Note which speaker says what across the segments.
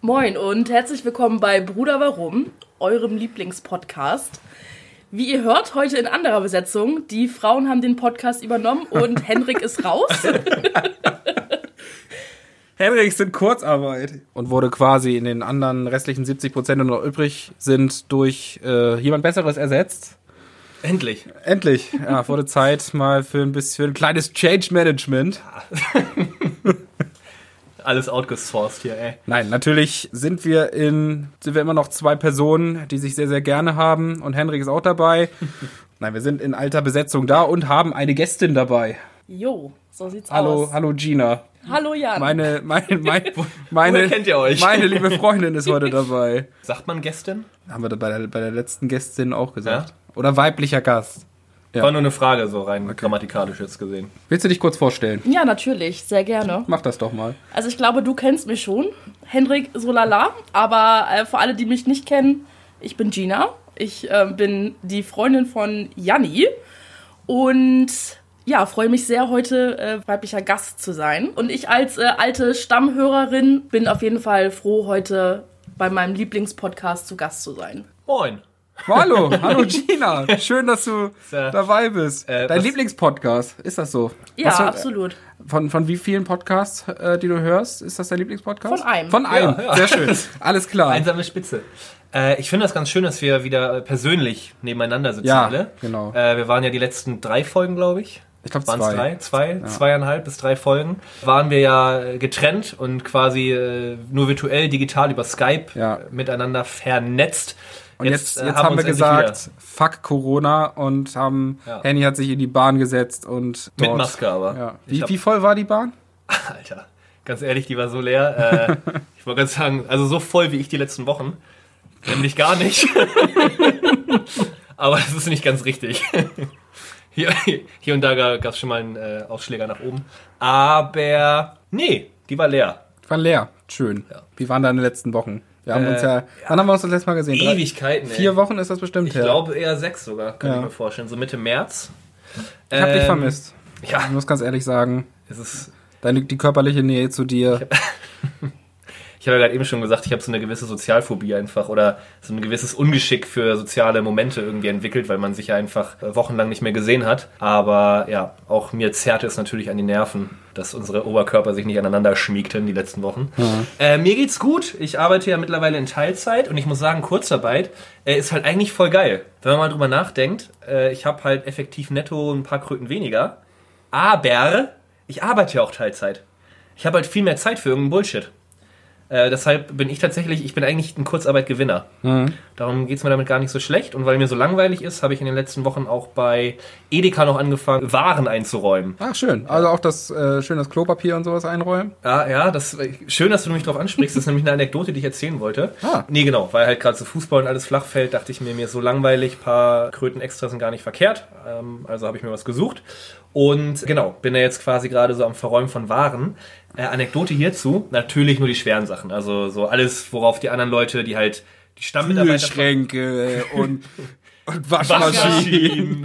Speaker 1: Moin und herzlich willkommen bei Bruder Warum, eurem Lieblingspodcast. Wie ihr hört, heute in anderer Besetzung. Die Frauen haben den Podcast übernommen und Henrik ist raus.
Speaker 2: Henrik ist in Kurzarbeit.
Speaker 3: und wurde quasi in den anderen restlichen 70 Prozent, die noch übrig sind, durch äh, jemand Besseres ersetzt.
Speaker 2: Endlich.
Speaker 3: Endlich. Ja, wurde Zeit mal für ein bisschen für ein kleines Change Management.
Speaker 2: Alles outgesourced hier, ey.
Speaker 3: Nein, natürlich sind wir in sind wir immer noch zwei Personen, die sich sehr sehr gerne haben und Henrik ist auch dabei. Nein, wir sind in alter Besetzung da und haben eine Gästin dabei.
Speaker 1: Jo, so sieht's
Speaker 3: Hallo,
Speaker 1: aus.
Speaker 3: hallo Gina.
Speaker 1: Hallo Jan.
Speaker 3: Meine meine meine meine,
Speaker 2: Oh. woher kennt ihr euch?
Speaker 3: meine liebe Freundin ist heute dabei.
Speaker 2: Sagt man Gästin?
Speaker 3: Haben wir da bei der, bei der letzten Gästin auch gesagt.
Speaker 2: Ja.
Speaker 3: Oder weiblicher Gast. Ja.
Speaker 2: War nur eine Frage, so rein grammatikalisch jetzt gesehen.
Speaker 3: Willst du dich kurz vorstellen?
Speaker 1: ja, natürlich, sehr gerne.
Speaker 3: Mach das doch mal.
Speaker 1: Also ich glaube, du kennst mich schon, Henrik so lala. Aber äh, für alle, die mich nicht kennen, ich bin Gina. Ich äh, bin die Freundin von Janni. Und ja, freue mich sehr, heute äh, weiblicher Gast zu sein. Und ich als äh, alte Stammhörerin bin auf jeden Fall froh, heute bei meinem Lieblingspodcast zu Gast zu sein.
Speaker 2: Moin.
Speaker 3: Oh, Hallo, hallo Gina. Schön, dass du
Speaker 2: Sehr.
Speaker 3: dabei bist.
Speaker 2: Äh,
Speaker 3: Dein
Speaker 2: was-
Speaker 3: Lieblingspodcast, ist das so? äh,
Speaker 1: Ja,
Speaker 3: Hast du-
Speaker 1: absolut.
Speaker 3: Von, von wie vielen Podcasts, äh, die du hörst, ist das dein Lieblingspodcast?
Speaker 1: Von einem.
Speaker 3: Von einem,
Speaker 2: Ja, ja.
Speaker 3: sehr schön. Alles klar.
Speaker 2: Einsame Spitze. Äh, ich finde das ganz schön, dass wir wieder äh, persönlich nebeneinander sitzen
Speaker 3: Ja,
Speaker 2: alle.
Speaker 3: genau.
Speaker 2: Äh, wir waren ja die letzten drei Folgen, glaube ich.
Speaker 3: Ich glaube
Speaker 2: Waren es drei?
Speaker 3: zwei.
Speaker 2: Zwei? Zweieinhalb bis drei Folgen. Waren wir ja äh, getrennt und quasi äh, nur virtuell, digital über Skype
Speaker 3: Ja.
Speaker 2: äh, miteinander vernetzt.
Speaker 3: Und jetzt, jetzt,
Speaker 2: äh,
Speaker 3: haben wir
Speaker 2: uns endlich
Speaker 3: gesagt, fuck Corona und haben,
Speaker 2: Ja.
Speaker 3: Henny hat sich in die Bahn gesetzt und dort,
Speaker 2: wieder. Mit Maske aber.
Speaker 3: Ja.
Speaker 2: Ich
Speaker 3: Wie,
Speaker 2: hab-
Speaker 3: wie voll war die Bahn?
Speaker 2: Alter, ganz ehrlich, die war so leer. Äh, ich wollte gerade sagen, also so voll wie ich die letzten Wochen. Nämlich gar nicht. Aber das ist nicht ganz richtig. Hier, hier und da gab es schon mal einen äh, Ausschläger nach oben. Aber nee, die war leer.
Speaker 3: War leer. Schön.
Speaker 2: Ja.
Speaker 3: Wie waren deine letzten Wochen? Wir haben
Speaker 2: Äh,
Speaker 3: uns ja, wann haben wir uns das letzte Mal gesehen? Drei-
Speaker 2: Ewigkeiten, ey.
Speaker 3: Vier Wochen ist das bestimmt
Speaker 2: Ich
Speaker 3: her.
Speaker 2: glaube eher sechs sogar, könnte
Speaker 3: Ja.
Speaker 2: ich mir vorstellen. So Mitte März.
Speaker 3: ich hab dich
Speaker 2: Ähm,
Speaker 3: vermisst. Ich
Speaker 2: Ja,
Speaker 3: muss ganz ehrlich sagen,
Speaker 2: es ist
Speaker 3: deine, die körperliche Nähe zu dir.
Speaker 2: Ich habe ja gerade eben schon gesagt, ich habe so eine gewisse Sozialphobie einfach oder so ein gewisses Ungeschick für soziale Momente irgendwie entwickelt, weil man sich ja einfach äh, wochenlang nicht mehr gesehen hat. Aber ja, auch mir zerrte es natürlich an die Nerven, dass unsere Oberkörper sich nicht aneinander schmiegten die letzten Wochen. Äh, mir geht's gut. Ich arbeite ja mittlerweile in Teilzeit und ich muss sagen, Kurzarbeit äh, ist halt eigentlich voll geil. Wenn man mal drüber nachdenkt, äh, ich habe halt effektiv netto ein paar Kröten weniger. Aber ich arbeite ja auch Teilzeit. Ich habe halt viel mehr Zeit für irgendeinen Bullshit. Äh, deshalb bin ich tatsächlich, ich bin eigentlich ein Kurzarbeitgewinner. Darum geht es mir damit gar nicht so schlecht. Und weil mir so langweilig ist, habe ich in den letzten Wochen auch bei Edeka noch angefangen, Waren einzuräumen.
Speaker 3: Ach, schön. Also auch das äh, schön das Klopapier und sowas einräumen.
Speaker 2: Ja, Ah, ja, das, schön, dass du mich darauf ansprichst. Das ist nämlich eine Anekdote, die ich erzählen wollte.
Speaker 3: Ah.
Speaker 2: Nee, genau, weil halt gerade so Fußball und alles flach fällt, dachte ich mir, mir ist so langweilig, paar Kröten extra sind gar nicht verkehrt. Ähm, also habe ich mir was gesucht. Und genau, bin da jetzt quasi gerade so am Verräumen von Waren. Äh, Anekdote hierzu, natürlich nur die schweren Sachen. Also so alles, worauf die anderen Leute, die halt die Stammmitarbeiter von-
Speaker 3: Kühlschränke und, und
Speaker 2: Waschmaschinen,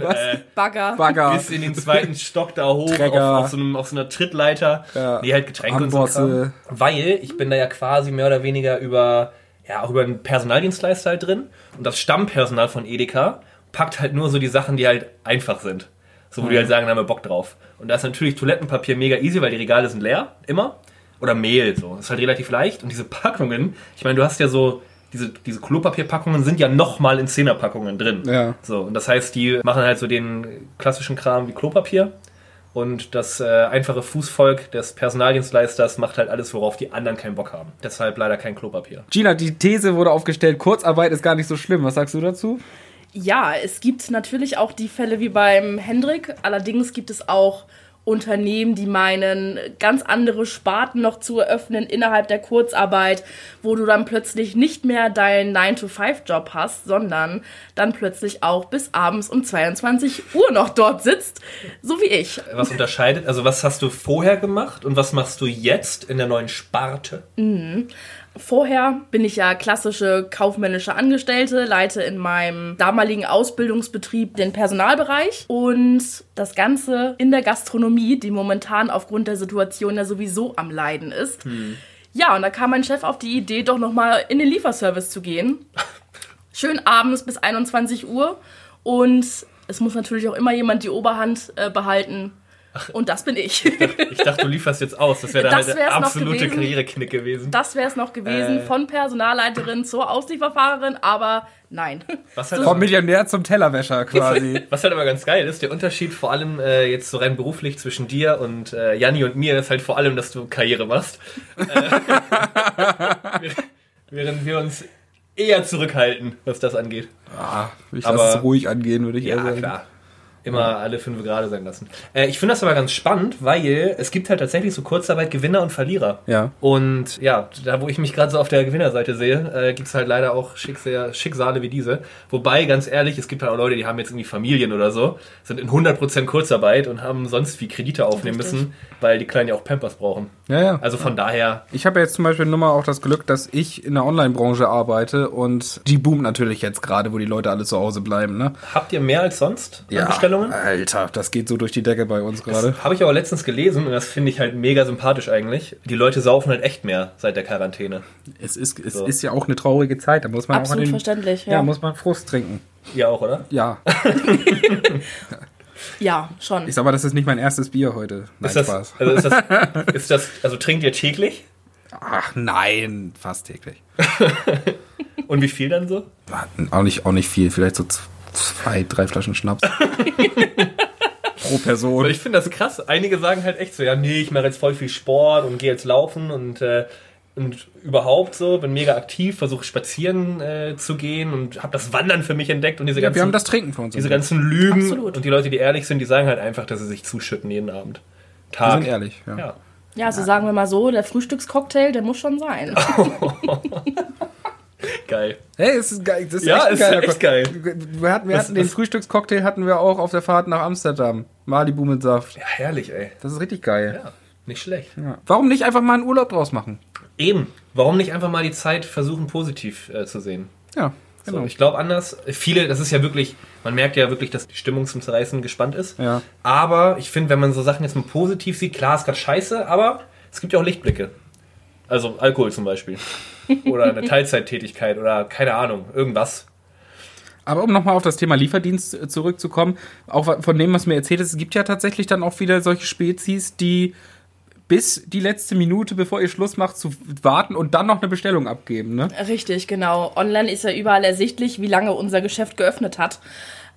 Speaker 3: Waschmaschinen.
Speaker 2: äh,
Speaker 1: Bagger.
Speaker 3: Bagger,
Speaker 2: bis in den zweiten Stock da hoch, auf,
Speaker 3: Trecker.
Speaker 2: auf, so einem, auf so einer Trittleiter.
Speaker 3: Ja.
Speaker 2: Nee, halt Getränke und so.
Speaker 3: Ambosse.
Speaker 2: Kram. Weil ich bin da ja quasi mehr oder weniger über, ja, auch über einen Personaldienstleister halt drin. Und das Stammpersonal von Edeka packt halt nur so die Sachen, die halt einfach sind. So, wo die halt sagen, da haben wir Bock drauf. Und da ist natürlich Toilettenpapier mega easy, weil die Regale sind leer, immer. Oder Mehl, so. Ist halt relativ leicht. Und diese Packungen, ich meine, du hast ja so, diese, diese Klopapierpackungen sind ja nochmal in Zehnerpackungen drin.
Speaker 3: Ja.
Speaker 2: So, und das heißt, die machen halt so den klassischen Kram wie Klopapier. Und das äh, einfache Fußvolk des Personaldienstleisters macht halt alles, worauf die anderen keinen Bock haben. Deshalb leider kein Klopapier.
Speaker 3: Gina, die These wurde aufgestellt, Kurzarbeit ist gar nicht so schlimm. Was sagst du dazu?
Speaker 1: Ja, es gibt natürlich auch die Fälle wie beim Hendrik. Allerdings gibt es auch Unternehmen, die meinen, ganz andere Sparten noch zu eröffnen innerhalb der Kurzarbeit, wo du dann plötzlich nicht mehr deinen 9-to-5-Job hast, sondern dann plötzlich auch bis abends um 22 Uhr noch dort sitzt, so wie ich.
Speaker 2: Was unterscheidet, also was hast du vorher gemacht und was machst du jetzt in der neuen Sparte?
Speaker 1: Vorher bin ich ja klassische kaufmännische Angestellte, leite in meinem damaligen Ausbildungsbetrieb den Personalbereich und das Ganze in der Gastronomie, die momentan aufgrund der Situation ja sowieso am Leiden ist. Ja, und da kam mein Chef auf die Idee, doch nochmal in den Lieferservice zu gehen. Schön abends bis 21 Uhr. Und es muss natürlich auch immer jemand die Oberhand äh, behalten. Und das bin ich.
Speaker 2: Ich dachte, du lieferst jetzt aus. Das wäre dann
Speaker 1: Das
Speaker 2: halt der
Speaker 1: wär's noch
Speaker 2: absolute
Speaker 1: gewesen.
Speaker 2: Karriereknick gewesen.
Speaker 1: Das wäre es noch gewesen,
Speaker 2: Äh.
Speaker 1: von Personalleiterin zur Auslieferfahrerin, aber nein.
Speaker 2: Was halt,
Speaker 3: Vom Millionär zum Tellerwäscher quasi.
Speaker 2: was halt aber ganz geil ist, der Unterschied vor allem äh, jetzt so rein beruflich zwischen dir und äh, Janni und mir ist halt vor allem, dass du Karriere machst. Äh, während wir uns eher zurückhalten, was das angeht.
Speaker 3: ah, ich
Speaker 2: Aber-
Speaker 3: lasse es ruhig angehen, würde ich eher
Speaker 2: Ja,
Speaker 3: sagen.
Speaker 2: klar. Immer alle fünf gerade sein lassen. Äh, ich finde das aber ganz spannend, weil es gibt halt tatsächlich so Kurzarbeit Gewinner und Verlierer.
Speaker 3: Ja.
Speaker 2: Und ja, da wo ich mich gerade so auf der Gewinnerseite sehe, äh, gibt es halt leider auch Schicksale, Schicksale wie diese. Wobei, ganz ehrlich, es gibt halt auch Leute, die haben jetzt irgendwie Familien oder so, sind in 100% Kurzarbeit und haben sonst wie Kredite aufnehmen
Speaker 1: Richtig.
Speaker 2: müssen, weil die Kleinen ja auch Pampers brauchen.
Speaker 3: Ja, ja.
Speaker 2: Also von daher,
Speaker 3: Ich habe jetzt zum Beispiel nun mal auch das Glück, dass ich in der Online-Branche arbeite und die boomt natürlich jetzt gerade, wo die Leute alle zu Hause bleiben, ne?
Speaker 2: habt ihr mehr als sonst an Bestellungen?
Speaker 3: Alter, das geht so durch die Decke bei uns gerade.
Speaker 2: Habe ich aber letztens gelesen und das finde ich halt mega sympathisch eigentlich. Die Leute saufen halt echt mehr seit der Quarantäne.
Speaker 3: Es ist, es
Speaker 2: So.
Speaker 3: ist ja auch eine traurige Zeit, da muss man
Speaker 1: Absolut
Speaker 3: auch mal den,
Speaker 1: verständlich,
Speaker 3: ja.
Speaker 1: ja. Ja,
Speaker 3: muss man Frust trinken.
Speaker 2: Ihr auch, oder?
Speaker 3: Ja,
Speaker 1: schon.
Speaker 3: ich sag mal, das ist nicht mein erstes Bier heute. Nein,
Speaker 2: Ist das,
Speaker 3: Spaß.
Speaker 2: also ist das, ist das, also trinkt ihr täglich?
Speaker 3: Ach nein, fast täglich.
Speaker 2: Und wie viel dann so?
Speaker 3: Auch nicht, auch nicht viel, vielleicht so z- zwei, drei Flaschen Schnaps. Pro
Speaker 2: Weil
Speaker 3: Person.
Speaker 2: ich finde das krass. Einige sagen halt echt so, ja, nee, ich mache jetzt voll viel Sport und gehe jetzt laufen und, äh, und überhaupt so, bin mega aktiv, versuche spazieren äh, zu gehen und habe das Wandern für mich entdeckt und diese ganzen,
Speaker 3: Wir haben das Trinken von uns.
Speaker 2: diese ganzen Lügen.
Speaker 1: Absolut.
Speaker 2: Und die Leute, die ehrlich sind, die sagen halt einfach, dass sie sich zuschütten jeden Abend.
Speaker 3: Wir
Speaker 2: Tag.
Speaker 3: sind ehrlich. Ja.
Speaker 2: Ja.
Speaker 1: Ja, also sagen wir mal so, der Frühstückscocktail, der muss schon sein.
Speaker 2: Geil.
Speaker 3: Hey, es ist geil. Das ist
Speaker 2: Ja,
Speaker 3: echt ein
Speaker 2: ist
Speaker 3: geiler
Speaker 2: echt
Speaker 3: Cock-
Speaker 2: geil.
Speaker 3: Wir hatten, wir
Speaker 2: Was-
Speaker 3: hatten den
Speaker 2: was-
Speaker 3: Frühstückscocktail hatten wir auch auf der Fahrt nach Amsterdam. Malibu mit Saft.
Speaker 2: Ja, herrlich, ey.
Speaker 3: Das ist richtig geil.
Speaker 2: Ja, nicht schlecht.
Speaker 3: Ja. Warum nicht einfach mal einen Urlaub draus machen?
Speaker 2: Eben. Warum nicht einfach mal die Zeit versuchen, positiv äh, zu sehen?
Speaker 3: Ja,
Speaker 2: So,
Speaker 3: genau.
Speaker 2: ich glaube anders. Viele, das ist ja wirklich, man merkt ja wirklich, dass die Stimmung zum Zerreißen gespannt ist.
Speaker 3: Ja.
Speaker 2: Aber ich finde, wenn man so Sachen jetzt mal positiv sieht, klar ist gerade scheiße, aber es gibt ja auch Lichtblicke. Also Alkohol zum Beispiel. Oder eine Teilzeittätigkeit oder keine Ahnung, irgendwas.
Speaker 3: Aber um nochmal auf das Thema Lieferdienst äh, zurückzukommen, auch wa- von dem, was mir erzählt ist, es gibt ja tatsächlich dann auch wieder solche Spezies, die bis die letzte Minute, bevor ihr Schluss macht, zu warten und dann noch eine Bestellung abgeben, ne?
Speaker 1: Richtig, genau. Online ist ja überall ersichtlich, wie lange unser Geschäft geöffnet hat.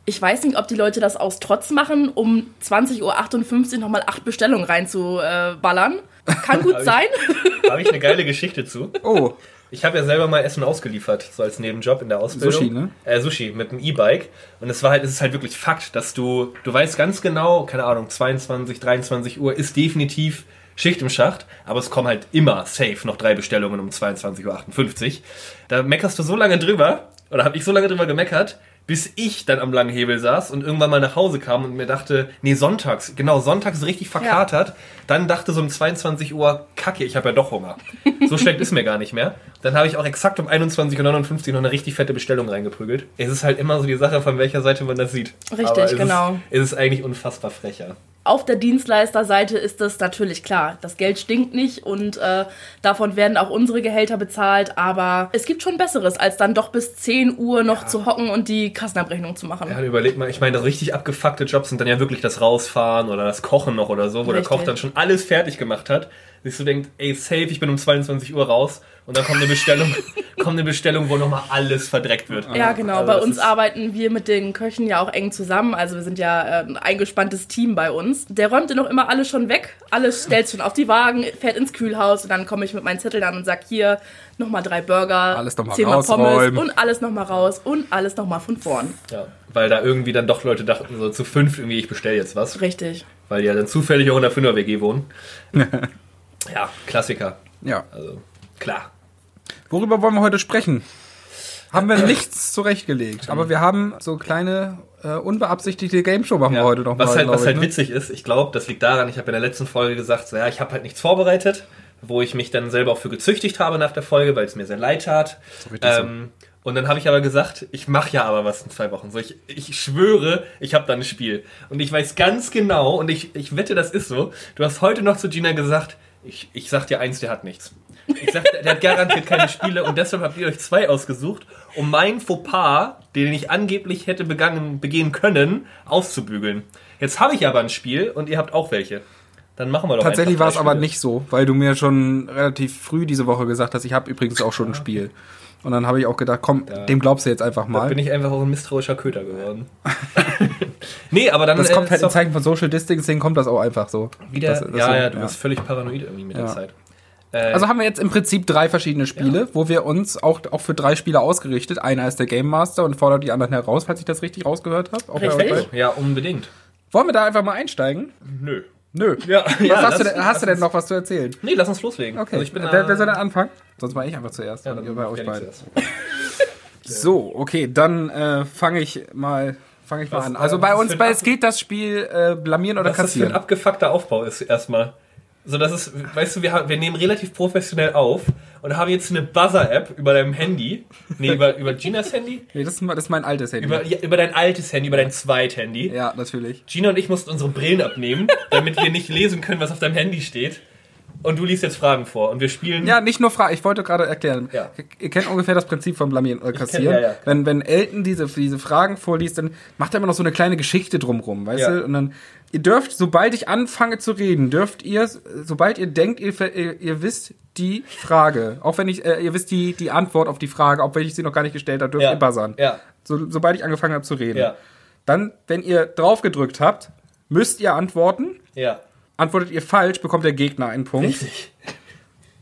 Speaker 1: Ich weiß nicht, ob die Leute das aus Trotz machen, um 20.58 Uhr nochmal acht Bestellungen reinzuballern. Kann gut sein.
Speaker 2: Da habe ich eine geile Geschichte zu.
Speaker 3: Oh,
Speaker 2: Ich habe ja selber mal Essen ausgeliefert, so als Nebenjob in der Ausbildung.
Speaker 3: Sushi, ne?
Speaker 2: Äh, Sushi mit einem E-Bike. Und es war halt, es ist halt wirklich Fakt, dass du, du weißt ganz genau, keine Ahnung, 22, 23 Uhr ist definitiv Schicht im Schacht, aber es kommen halt immer safe noch drei Bestellungen um 22.58 Uhr. Da meckerst du so lange drüber, oder habe ich so lange drüber gemeckert, bis ich dann am langen Hebel saß und irgendwann mal nach Hause kam und mir dachte, nee, sonntags, genau, sonntags richtig verkatert, dann dachte so um 22 Uhr, kacke, ich habe ja doch Hunger. So schlecht ist mir gar nicht mehr. Dann habe ich auch exakt um 21.59 Uhr noch eine richtig fette Bestellung reingeprügelt. Es ist halt immer so die Sache, von welcher Seite man das sieht.
Speaker 1: Richtig,
Speaker 2: Aber es
Speaker 1: genau.
Speaker 2: Ist, es ist eigentlich unfassbar frecher.
Speaker 1: Auf der Dienstleisterseite ist das natürlich klar. Das Geld stinkt nicht und äh, davon werden auch unsere Gehälter bezahlt. Aber es gibt schon Besseres, als dann doch bis 10 Uhr noch zu hocken und die Kassenabrechnung zu machen.
Speaker 2: Ja, und überleg mal, ich meine, das richtig abgefuckte Jobs sind dann ja wirklich das Rausfahren oder das Kochen noch oder so, wo der
Speaker 1: Richtig.
Speaker 2: Koch dann schon alles fertig gemacht hat. Sich so denkt, ey, safe, ich bin um 22 Uhr raus. Und dann kommt eine Bestellung, kommt eine Bestellung, wo nochmal alles verdreckt wird.
Speaker 1: Ja, genau.
Speaker 2: Also
Speaker 1: bei
Speaker 2: das
Speaker 1: uns
Speaker 2: ist-
Speaker 1: arbeiten wir mit den Köchen ja auch eng zusammen. Also wir sind ja äh, ein eingespanntes Team bei uns. Der räumt dann auch immer alles schon weg. Alles stellt schon auf die Wagen, fährt ins Kühlhaus und dann komme ich mit meinen Zetteln an und sag hier nochmal drei Burger,
Speaker 3: Alles noch mal
Speaker 1: zehnmal
Speaker 3: rausräumen.
Speaker 1: und alles nochmal raus und alles nochmal von vorn.
Speaker 2: Ja, weil da irgendwie dann doch Leute dachten, so zu fünf irgendwie, ich bestelle jetzt was.
Speaker 1: Richtig.
Speaker 2: Weil die ja dann zufällig auch in der 5er WG wohnen. ja, Klassiker.
Speaker 3: ja.
Speaker 2: Also, klar.
Speaker 3: Worüber wollen wir heute sprechen? Haben wir nichts zurechtgelegt, aber wir haben so kleine äh, unbeabsichtigte Game Show machen wir heute noch
Speaker 2: was
Speaker 3: mal.
Speaker 2: halt,
Speaker 3: glaub
Speaker 2: was
Speaker 3: ich,
Speaker 2: halt
Speaker 3: ne?
Speaker 2: witzig ist, ich glaube, das liegt daran, ich habe in der letzten Folge gesagt, so, ja, ich habe halt nichts vorbereitet, wo ich mich dann selber auch für gezüchtigt habe nach der Folge, weil es mir sehr leid tat.
Speaker 3: richtig so.
Speaker 2: Ähm, und dann habe ich aber gesagt, ich mache ja aber was in zwei Wochen. So, ich, ich schwöre, ich habe da ein Spiel. Und ich weiß ganz genau, und ich, ich wette, das ist so, du hast heute noch zu Gina gesagt, Ich, ich sag dir eins, der hat nichts. Ich sag, der, der hat garantiert keine Spiele und deshalb habt ihr euch zwei ausgesucht, um mein Fauxpas, den ich angeblich hätte begangen, begehen können, auszubügeln. Jetzt habe ich aber ein Spiel und ihr habt auch welche. Dann machen wir doch
Speaker 3: Tatsächlich war
Speaker 2: einfach drei
Speaker 3: es aber
Speaker 2: Spiele.
Speaker 3: nicht so, weil du mir schon relativ früh diese Woche gesagt hast, ich habe übrigens auch schon ein Spiel. Und dann habe ich auch gedacht, komm, dem glaubst du jetzt einfach
Speaker 2: Da
Speaker 3: mal.
Speaker 2: bin ich einfach auch ein misstrauischer Köter geworden. nee, aber dann
Speaker 3: Das
Speaker 2: äh,
Speaker 3: kommt halt
Speaker 2: ist
Speaker 3: in
Speaker 2: doch
Speaker 3: Zeichen von Social Distancing, kommt das auch einfach so.
Speaker 2: wieder.
Speaker 3: das, das
Speaker 2: ja,
Speaker 3: so,
Speaker 2: ja, du bist völlig paranoid irgendwie mit der
Speaker 3: Ja.
Speaker 2: Zeit.
Speaker 3: Also haben wir jetzt im Prinzip drei verschiedene Spiele, wo wir uns auch, auch für drei Spiele ausgerichtet. Einer ist der Game Master und fordert die anderen heraus, falls ich das richtig rausgehört habe. Auch bei
Speaker 1: Richtig.
Speaker 3: euch beiden.
Speaker 2: Ja, unbedingt.
Speaker 3: Wollen wir da einfach mal einsteigen?
Speaker 2: Nö.
Speaker 3: Nö.
Speaker 2: Ja,
Speaker 3: Was
Speaker 2: ja,
Speaker 3: hast, du
Speaker 2: lass-
Speaker 3: denn, hast du denn noch was zu erzählen?
Speaker 2: Nee, lass uns loslegen.
Speaker 3: Okay.
Speaker 2: Also ich bin
Speaker 3: wer,
Speaker 2: da-
Speaker 3: wer soll denn anfangen? Sonst mache ich einfach zuerst.
Speaker 2: Ja,
Speaker 3: und
Speaker 2: dann
Speaker 3: ihr bei euch
Speaker 2: Felix
Speaker 3: beiden.
Speaker 2: zuerst.
Speaker 3: So, okay, dann äh, fange ich mal, fang ich mal
Speaker 2: Was,
Speaker 3: an.
Speaker 2: äh,
Speaker 3: Also bei
Speaker 2: was
Speaker 3: uns
Speaker 2: für
Speaker 3: bei
Speaker 2: ein-
Speaker 3: es geht das Spiel äh, blamieren oder
Speaker 2: was das für ein
Speaker 3: kassieren.
Speaker 2: abgefuckter Aufbau ist erstmal. So, das ist, weißt du, wir, haben- wir nehmen relativ professionell auf und haben jetzt eine Buzzer-App über deinem Handy. Nee, über, über Ginas Handy?
Speaker 3: Nee, das ist, mein- das ist mein altes Handy.
Speaker 2: Über, ja, über dein altes Handy, über dein Zweit-Handy.
Speaker 3: ja, natürlich.
Speaker 2: Gina und ich mussten unsere Brillen abnehmen, damit wir nicht lesen können, was auf deinem Handy steht. Und du liest jetzt Fragen vor und wir spielen.
Speaker 3: Ja, nicht nur Frage, ich wollte gerade erklären.
Speaker 2: Ja.
Speaker 3: Ihr kennt ungefähr das Prinzip von blamieren oder kassieren.
Speaker 2: ja, ja.
Speaker 3: Wenn wenn Elton diese diese Fragen vorliest, dann macht er immer noch so eine kleine Geschichte drumrum, weißt
Speaker 2: Ja.
Speaker 3: du? Und dann ihr dürft sobald ich anfange zu reden, dürft ihr sobald ihr denkt, ihr ver- ihr, ihr wisst die Frage, auch wenn ich äh, ihr wisst die die Antwort auf die Frage, auch wenn ich sie noch gar nicht gestellt habe, dürft
Speaker 2: Ja.
Speaker 3: ihr buzzern.
Speaker 2: Ja.
Speaker 3: So, sobald ich angefangen habe zu reden.
Speaker 2: Ja.
Speaker 3: Dann, wenn ihr drauf gedrückt habt, müsst ihr antworten.
Speaker 2: Ja.
Speaker 3: Antwortet ihr falsch, bekommt der Gegner einen Punkt.
Speaker 2: Richtig.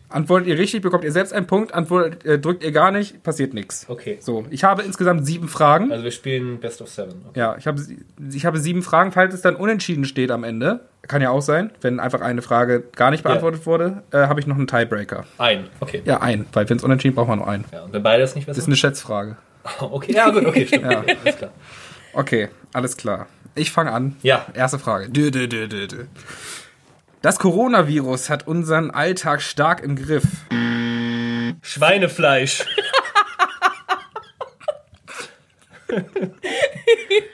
Speaker 3: Antwortet ihr richtig, bekommt ihr selbst einen Punkt. Antwortet, äh, drückt ihr gar nicht, passiert nichts.
Speaker 2: Okay.
Speaker 3: So, ich habe insgesamt sieben Fragen.
Speaker 2: Also wir spielen Best of Seven. Okay.
Speaker 3: Ja, ich habe, sie- ich habe sieben Fragen. Falls es dann unentschieden steht am Ende, kann ja auch sein, wenn einfach eine Frage gar nicht beantwortet wurde, äh, habe ich noch einen Tiebreaker.
Speaker 2: Ein. Okay.
Speaker 3: Ja, einen, weil wenn es unentschieden braucht man nur einen.
Speaker 2: Ja, und wenn beide es nicht
Speaker 3: Das ist
Speaker 2: wissen.
Speaker 3: eine Schätzfrage.
Speaker 2: Okay. Ja, gut, okay, stimmt. Okay, alles klar.
Speaker 3: Okay, alles klar. Ich fange an.
Speaker 2: Ja.
Speaker 3: Erste Frage. Dö, dö, dö, dö, dö. Das Coronavirus hat unseren Alltag stark im Griff.
Speaker 2: Schweinefleisch.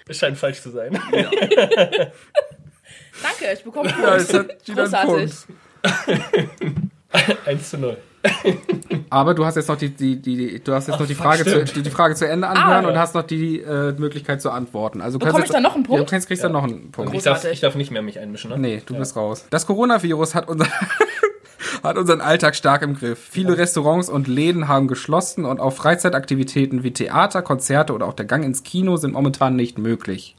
Speaker 2: Es scheint falsch zu sein.
Speaker 1: Danke, ich bekomme einen
Speaker 3: Ja,
Speaker 1: Punkt.
Speaker 3: es hat wieder einen
Speaker 1: Großartig.
Speaker 3: Punkt.
Speaker 2: 1 zu 0.
Speaker 3: Aber du hast jetzt noch die, die, die, die du hast jetzt noch die Frage, zu,
Speaker 2: stimmt.
Speaker 3: die, die Frage zu Ende anhören
Speaker 2: Ah.
Speaker 3: und hast noch die äh, Möglichkeit zu antworten. Also
Speaker 1: Bekomm
Speaker 3: kannst
Speaker 1: ich
Speaker 3: jetzt-
Speaker 1: dann noch einen Punkt?
Speaker 3: Ja, du kannst, kriegst dann noch einen Punkt.
Speaker 2: Ich darf,
Speaker 1: Großartig.
Speaker 2: ich darf nicht mehr mich einmischen, ne?
Speaker 3: Nee, du bist raus. Das Coronavirus hat, unser, hat unseren Alltag stark im Griff. Viele Restaurants und Läden haben geschlossen und auch Freizeitaktivitäten wie Theater, Konzerte oder auch der Gang ins Kino sind momentan nicht möglich.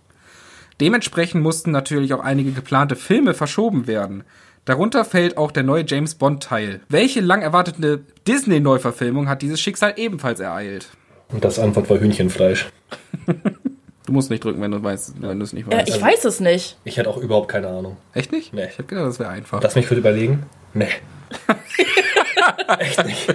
Speaker 3: Dementsprechend mussten natürlich auch einige geplante Filme verschoben werden. Darunter fällt auch der neue James Bond Teil. Welche lang erwartete Disney-Neuverfilmung hat dieses Schicksal ebenfalls ereilt?
Speaker 2: Und das Antwort war Hühnchenfleisch.
Speaker 3: Du musst nicht drücken, wenn du weißt, wenn du es nicht
Speaker 1: Äh,
Speaker 3: weißt.
Speaker 1: ich weiß es nicht.
Speaker 2: Ich hätte auch überhaupt keine Ahnung.
Speaker 3: Echt nicht?
Speaker 2: Nee.
Speaker 3: Ich hab gedacht, das wäre einfach.
Speaker 2: Lass mich kurz überlegen. Nee. Echt nicht.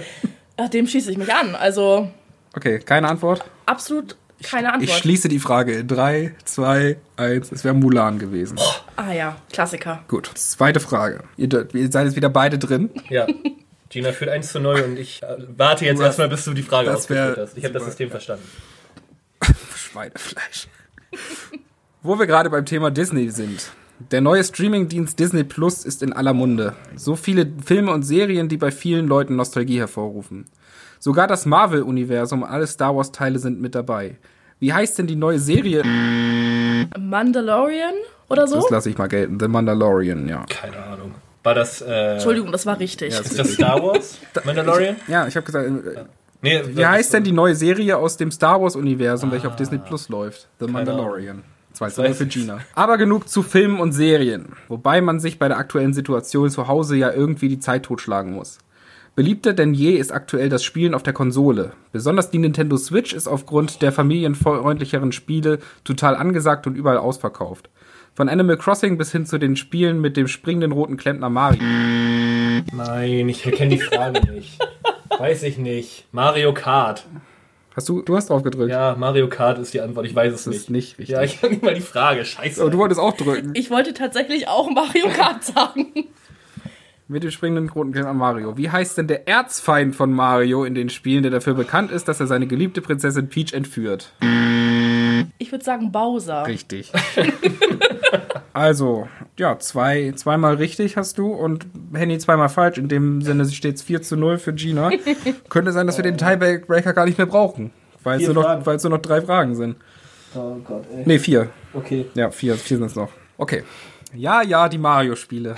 Speaker 1: Ach, dem schieße ich mich an. Also
Speaker 3: Okay, keine Antwort.
Speaker 1: absolut keine Antwort.
Speaker 3: Ich schließe die Frage in 3, 2, 1. Es wäre Mulan gewesen.
Speaker 1: ah ja, Klassiker.
Speaker 3: Gut, zweite Frage. Ihr, dürft- ihr seid jetzt wieder beide drin.
Speaker 2: Ja. Gina führt 1 zu 0 und ich äh, warte jetzt
Speaker 3: Du hast-
Speaker 2: erstmal, bis du die Frage
Speaker 3: das wär
Speaker 2: ausgeführt hast. Ich habe das
Speaker 3: super,
Speaker 2: System verstanden.
Speaker 3: Schweinefleisch. Wo wir gerade beim Thema Disney sind. Der neue Streamingdienst Disney Plus ist in aller Munde. So viele Filme und Serien, die bei vielen Leuten Nostalgie hervorrufen. Sogar das Marvel-Universum und alle Star Wars-Teile sind mit dabei. Wie heißt denn die neue Serie?
Speaker 1: Mandalorian oder so?
Speaker 3: Das lasse ich mal gelten. The Mandalorian, ja.
Speaker 2: Keine Ahnung. War das, äh,
Speaker 1: Entschuldigung, das war richtig.
Speaker 3: Ja,
Speaker 2: ist das Star Wars? Mandalorian?
Speaker 3: Ja, ich habe gesagt, äh,
Speaker 2: Nee,
Speaker 3: Wie heißt denn die neue Serie aus dem Star Wars-Universum, welche auf Disney Plus läuft? The Mandalorian. Zwei Zimmer
Speaker 2: weiß
Speaker 3: für
Speaker 2: Ah, ich.
Speaker 3: Gina. Aber genug zu Filmen und Serien. Wobei man sich bei der aktuellen Situation zu Hause ja irgendwie die Zeit totschlagen muss. Beliebter denn je ist aktuell das Spielen auf der Konsole. Besonders die Nintendo Switch ist aufgrund der familienfreundlicheren Spiele total angesagt und überall ausverkauft. Von Animal Crossing bis hin zu den Spielen mit dem springenden roten Klempner Mario.
Speaker 2: Nein, ich erkenne die Frage nicht. Weiß ich nicht. Mario Kart.
Speaker 3: Hast du, du hast drauf gedrückt?
Speaker 2: Ja, Mario Kart ist die Antwort. Ich weiß es
Speaker 3: Das
Speaker 2: nicht.
Speaker 3: ist nicht richtig.
Speaker 2: Ja, ich habe nicht mal die Frage. Scheiße.
Speaker 3: Aber Oh, du wolltest auch drücken.
Speaker 1: Ich wollte tatsächlich auch Mario Kart sagen.
Speaker 3: Mit dem springenden roten Kern an Mario. Wie heißt denn der Erzfeind von Mario in den Spielen, der dafür bekannt ist, dass er seine geliebte Prinzessin Peach entführt?
Speaker 1: Ich würde sagen Bowser.
Speaker 3: Richtig. Also, ja, zwei, zweimal richtig hast du und Henny zweimal falsch. In dem Sinne steht es 4 zu 0 für Gina. Könnte sein, dass wir den Tiebreaker gar nicht mehr brauchen, weil es
Speaker 4: Vier
Speaker 3: nur, noch-
Speaker 4: Fragen.
Speaker 3: weil es nur noch drei Fragen sind.
Speaker 4: Oh Gott, ey.
Speaker 3: Nee, vier.
Speaker 4: Okay.
Speaker 3: Ja, vier, vier sind es noch. Okay. Ja, ja, die Mario-Spiele.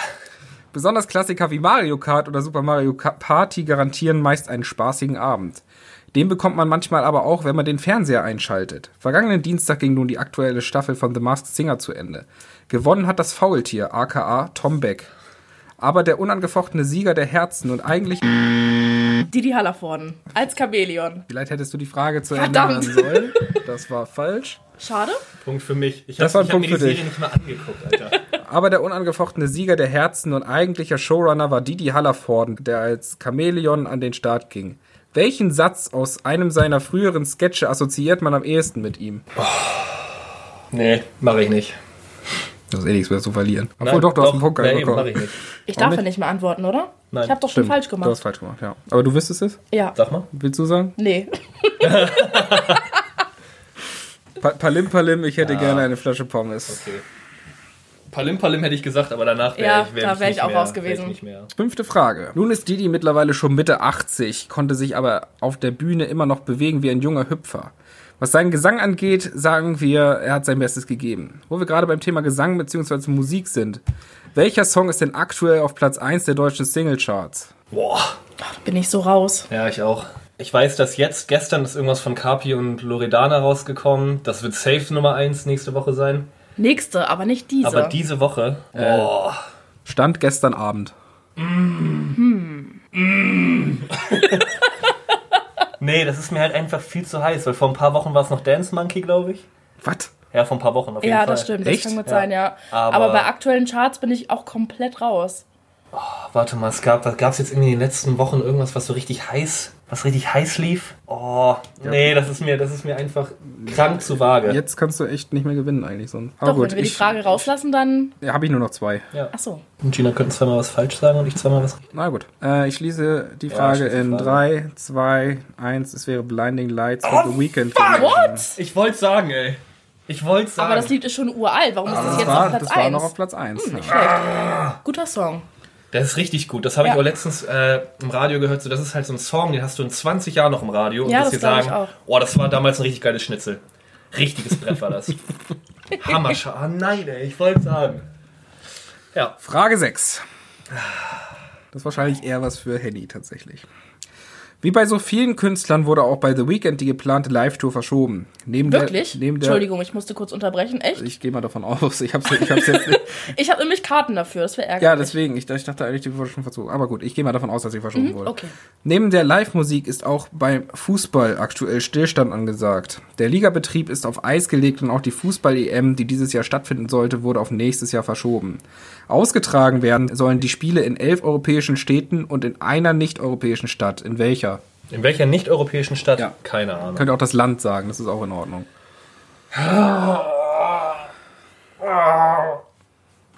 Speaker 3: Besonders Klassiker wie Mario Kart oder Super Mario Ka- Party garantieren meist einen spaßigen Abend. Den bekommt man manchmal aber auch, wenn man den Fernseher einschaltet. Vergangenen Dienstag ging nun die aktuelle Staffel von The Masked Singer zu Ende. Gewonnen hat das Faultier, aka Tom Beck. Aber der unangefochtene Sieger der Herzen und eigentlich...
Speaker 1: Didi Hallervorden als Chamäleon.
Speaker 3: Vielleicht hättest du die Frage zu
Speaker 1: Verdammt.
Speaker 3: Ende hören sollen. Das war falsch.
Speaker 1: Schade.
Speaker 2: Punkt für mich. Ich
Speaker 3: Das war
Speaker 2: hab,
Speaker 3: ein
Speaker 2: ich hab mir
Speaker 3: Punkt für
Speaker 2: die
Speaker 3: dich.
Speaker 2: Serie nicht mal angeguckt, Alter.
Speaker 3: Aber der unangefochtene Sieger der Herzen und eigentlicher Showrunner war Didi Hallervorden, der als Chamäleon an den Start ging. Welchen Satz aus einem seiner früheren Sketche assoziiert man am ehesten mit ihm?
Speaker 2: nee, mache ich nicht.
Speaker 3: Du hast eh nichts mehr zu verlieren. Obwohl,
Speaker 2: Nein,
Speaker 3: doch, du hast einen Punkt
Speaker 2: ja, eben, mach
Speaker 3: bekommen.
Speaker 2: ich nicht.
Speaker 1: Ich darf
Speaker 3: nicht?
Speaker 1: ja nicht mehr antworten, oder?
Speaker 2: Nein.
Speaker 1: Ich habe doch schon
Speaker 3: Stimmt,
Speaker 1: falsch
Speaker 3: Du hast
Speaker 1: gemacht.
Speaker 3: falsch gemacht, ja. Aber du wüsstest es?
Speaker 1: Ja.
Speaker 2: Sag mal.
Speaker 3: Willst du sagen?
Speaker 1: Nee.
Speaker 3: Pa Palim Palim, ich hätte gerne eine Flasche Pommes.
Speaker 2: Okay. Palim Palim hätte ich gesagt, aber danach wäre
Speaker 1: Ja,
Speaker 2: ich, wär
Speaker 1: da
Speaker 2: ich
Speaker 1: wär
Speaker 2: nicht
Speaker 1: ich auch
Speaker 2: mehr,
Speaker 1: raus
Speaker 2: wär ich
Speaker 1: gewesen.
Speaker 2: Nicht mehr.
Speaker 3: Fünfte Frage. Nun ist Didi mittlerweile schon Mitte 80, konnte sich aber auf der Bühne immer noch bewegen wie ein junger Hüpfer. Was seinen Gesang angeht, sagen wir, er hat sein Bestes gegeben. Wo wir gerade beim Thema Gesang bzw. Musik sind. Welcher Song ist denn aktuell auf Platz 1 der deutschen Singlecharts?
Speaker 2: Boah.
Speaker 1: Da bin ich so raus.
Speaker 2: Ja, ich auch. Ich weiß, dass jetzt, gestern ist irgendwas von Kapi und Loredana rausgekommen. Das wird safe Nummer 1 nächste Woche sein.
Speaker 1: Nächste, aber nicht diese.
Speaker 2: Aber diese Woche. äh, Boah.
Speaker 3: Stand gestern Abend.
Speaker 2: Nee, das ist mir halt einfach viel zu heiß, weil vor ein paar Wochen war es noch Dance Monkey, glaube ich.
Speaker 3: Was?
Speaker 2: Ja, vor ein paar Wochen auf jeden
Speaker 1: ja,
Speaker 2: Fall.
Speaker 1: das stimmt.
Speaker 3: Echt?
Speaker 1: Das kann gut sein, ja.
Speaker 2: Aber-
Speaker 1: Aber, bei aktuellen Charts bin ich auch komplett raus.
Speaker 2: Warte mal, es gab gab's jetzt irgendwie in den letzten Wochen irgendwas, was so richtig heiß, was richtig heiß lief? Oh, nee, das ist mir, das ist mir einfach krank zu vage.
Speaker 3: Jetzt kannst du echt nicht mehr gewinnen eigentlich sonst. Aber
Speaker 1: Doch, wenn wir die
Speaker 3: Oh ich
Speaker 1: Frage rauslassen, dann.
Speaker 3: habe ich nur noch zwei.
Speaker 1: Ach so.
Speaker 2: Und Gina könnte zweimal was falsch sagen und ich zweimal was richtig.
Speaker 3: Na gut. Äh, ich schließe die
Speaker 2: Ja,
Speaker 3: Frage
Speaker 2: schließe die
Speaker 3: in
Speaker 2: Frage.
Speaker 3: 3, 2, 1. Es wäre Blinding Lights
Speaker 1: Oh,
Speaker 3: von The Weeknd.
Speaker 1: What?
Speaker 2: Ich wollte sagen, ey. Ich wollte sagen.
Speaker 1: Aber das Lied ist schon uralt. Warum ist das
Speaker 3: Ah, Das
Speaker 1: jetzt auf
Speaker 3: war,
Speaker 1: Platz Hm,
Speaker 3: das war noch
Speaker 1: 1?
Speaker 3: auf Platz 1. ja.
Speaker 1: Guter Song.
Speaker 2: Das ist richtig gut. Das habe ich
Speaker 1: Ja.
Speaker 2: auch letztens äh, im Radio gehört. So, das ist halt so ein Song, den hast du in 20 Jahren noch im Radio
Speaker 1: Ja,
Speaker 2: und wirst
Speaker 1: das
Speaker 2: dir
Speaker 1: glaub ich
Speaker 2: sagen,
Speaker 1: auch.
Speaker 2: oh, das war damals ein richtig geiles Schnitzel. Richtiges Brett war das. Hammerscha. Ah, nein, ey, ich wollte sagen. Ja.
Speaker 3: Frage 6. Das ist wahrscheinlich eher was für Henny tatsächlich. Wie bei so vielen Künstlern wurde auch bei The Weeknd die geplante Live-Tour verschoben. Neben
Speaker 1: Wirklich?
Speaker 3: Der, neben der,
Speaker 1: Entschuldigung, ich musste kurz unterbrechen. Echt?
Speaker 3: Ich gehe mal davon aus. Ich hab's, ich hab's jetzt nicht.
Speaker 1: Ich habe nämlich Karten dafür. Das wäre ärgerlich.
Speaker 3: Ja, deswegen. Ich, ich dachte eigentlich, die wurde schon verschoben. Aber gut, ich gehe mal davon aus, dass sie verschoben wurde.
Speaker 1: Mhm, okay.
Speaker 3: Neben der Live-Musik ist auch beim Fußball aktuell Stillstand angesagt. Der Ligabetrieb ist auf Eis gelegt und auch die Fußball-EM, die dieses Jahr stattfinden sollte, wurde auf nächstes Jahr verschoben. Ausgetragen werden sollen die Spiele in elf europäischen Städten und in einer nicht-europäischen Stadt. In welcher?
Speaker 2: In welcher nicht-europäischen Stadt?
Speaker 3: Ja.
Speaker 2: Keine Ahnung.
Speaker 3: Könnt ihr auch das Land sagen, das ist auch in Ordnung.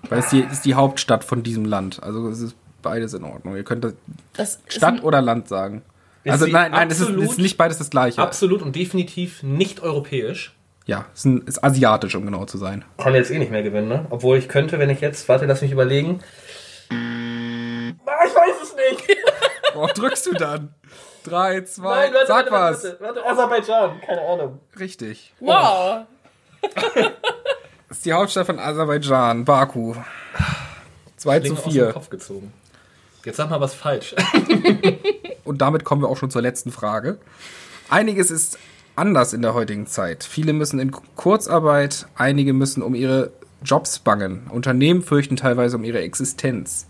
Speaker 3: Weil es die, es ist die Hauptstadt von diesem Land. Also es ist beides in Ordnung. Ihr könnt das
Speaker 1: Das
Speaker 3: Stadt
Speaker 1: ist ein,
Speaker 3: oder Land sagen.
Speaker 2: Ist
Speaker 3: Also
Speaker 2: sie
Speaker 3: nein, nein, es ist,
Speaker 2: absolut-
Speaker 3: es ist nicht beides das gleiche.
Speaker 2: Absolut und definitiv nicht europäisch.
Speaker 3: Ja, es ist, ein, ist asiatisch, um genau zu sein.
Speaker 2: Kann jetzt eh nicht mehr gewinnen, ne? Obwohl ich könnte, wenn ich jetzt, warte, lass mich überlegen. Ah, Ich weiß es nicht.
Speaker 3: Worauf drückst du dann? Drei, zwei,
Speaker 2: Nein, warte,
Speaker 3: sag
Speaker 2: warte,
Speaker 3: was.
Speaker 2: warte, warte, Aserbaidschan, keine Ahnung.
Speaker 3: Richtig.
Speaker 1: wow.
Speaker 3: Es ist die Hauptstadt von Aserbaidschan, Baku. 2 zu
Speaker 2: Klinge aus dem
Speaker 3: 4.
Speaker 2: Kopf gezogen. Jetzt sag mal was falsch.
Speaker 3: Und damit kommen wir auch schon zur letzten Frage. Einiges ist anders in der heutigen Zeit. Viele müssen in Kurzarbeit, einige müssen um ihre Jobs bangen. Unternehmen fürchten teilweise um ihre Existenz.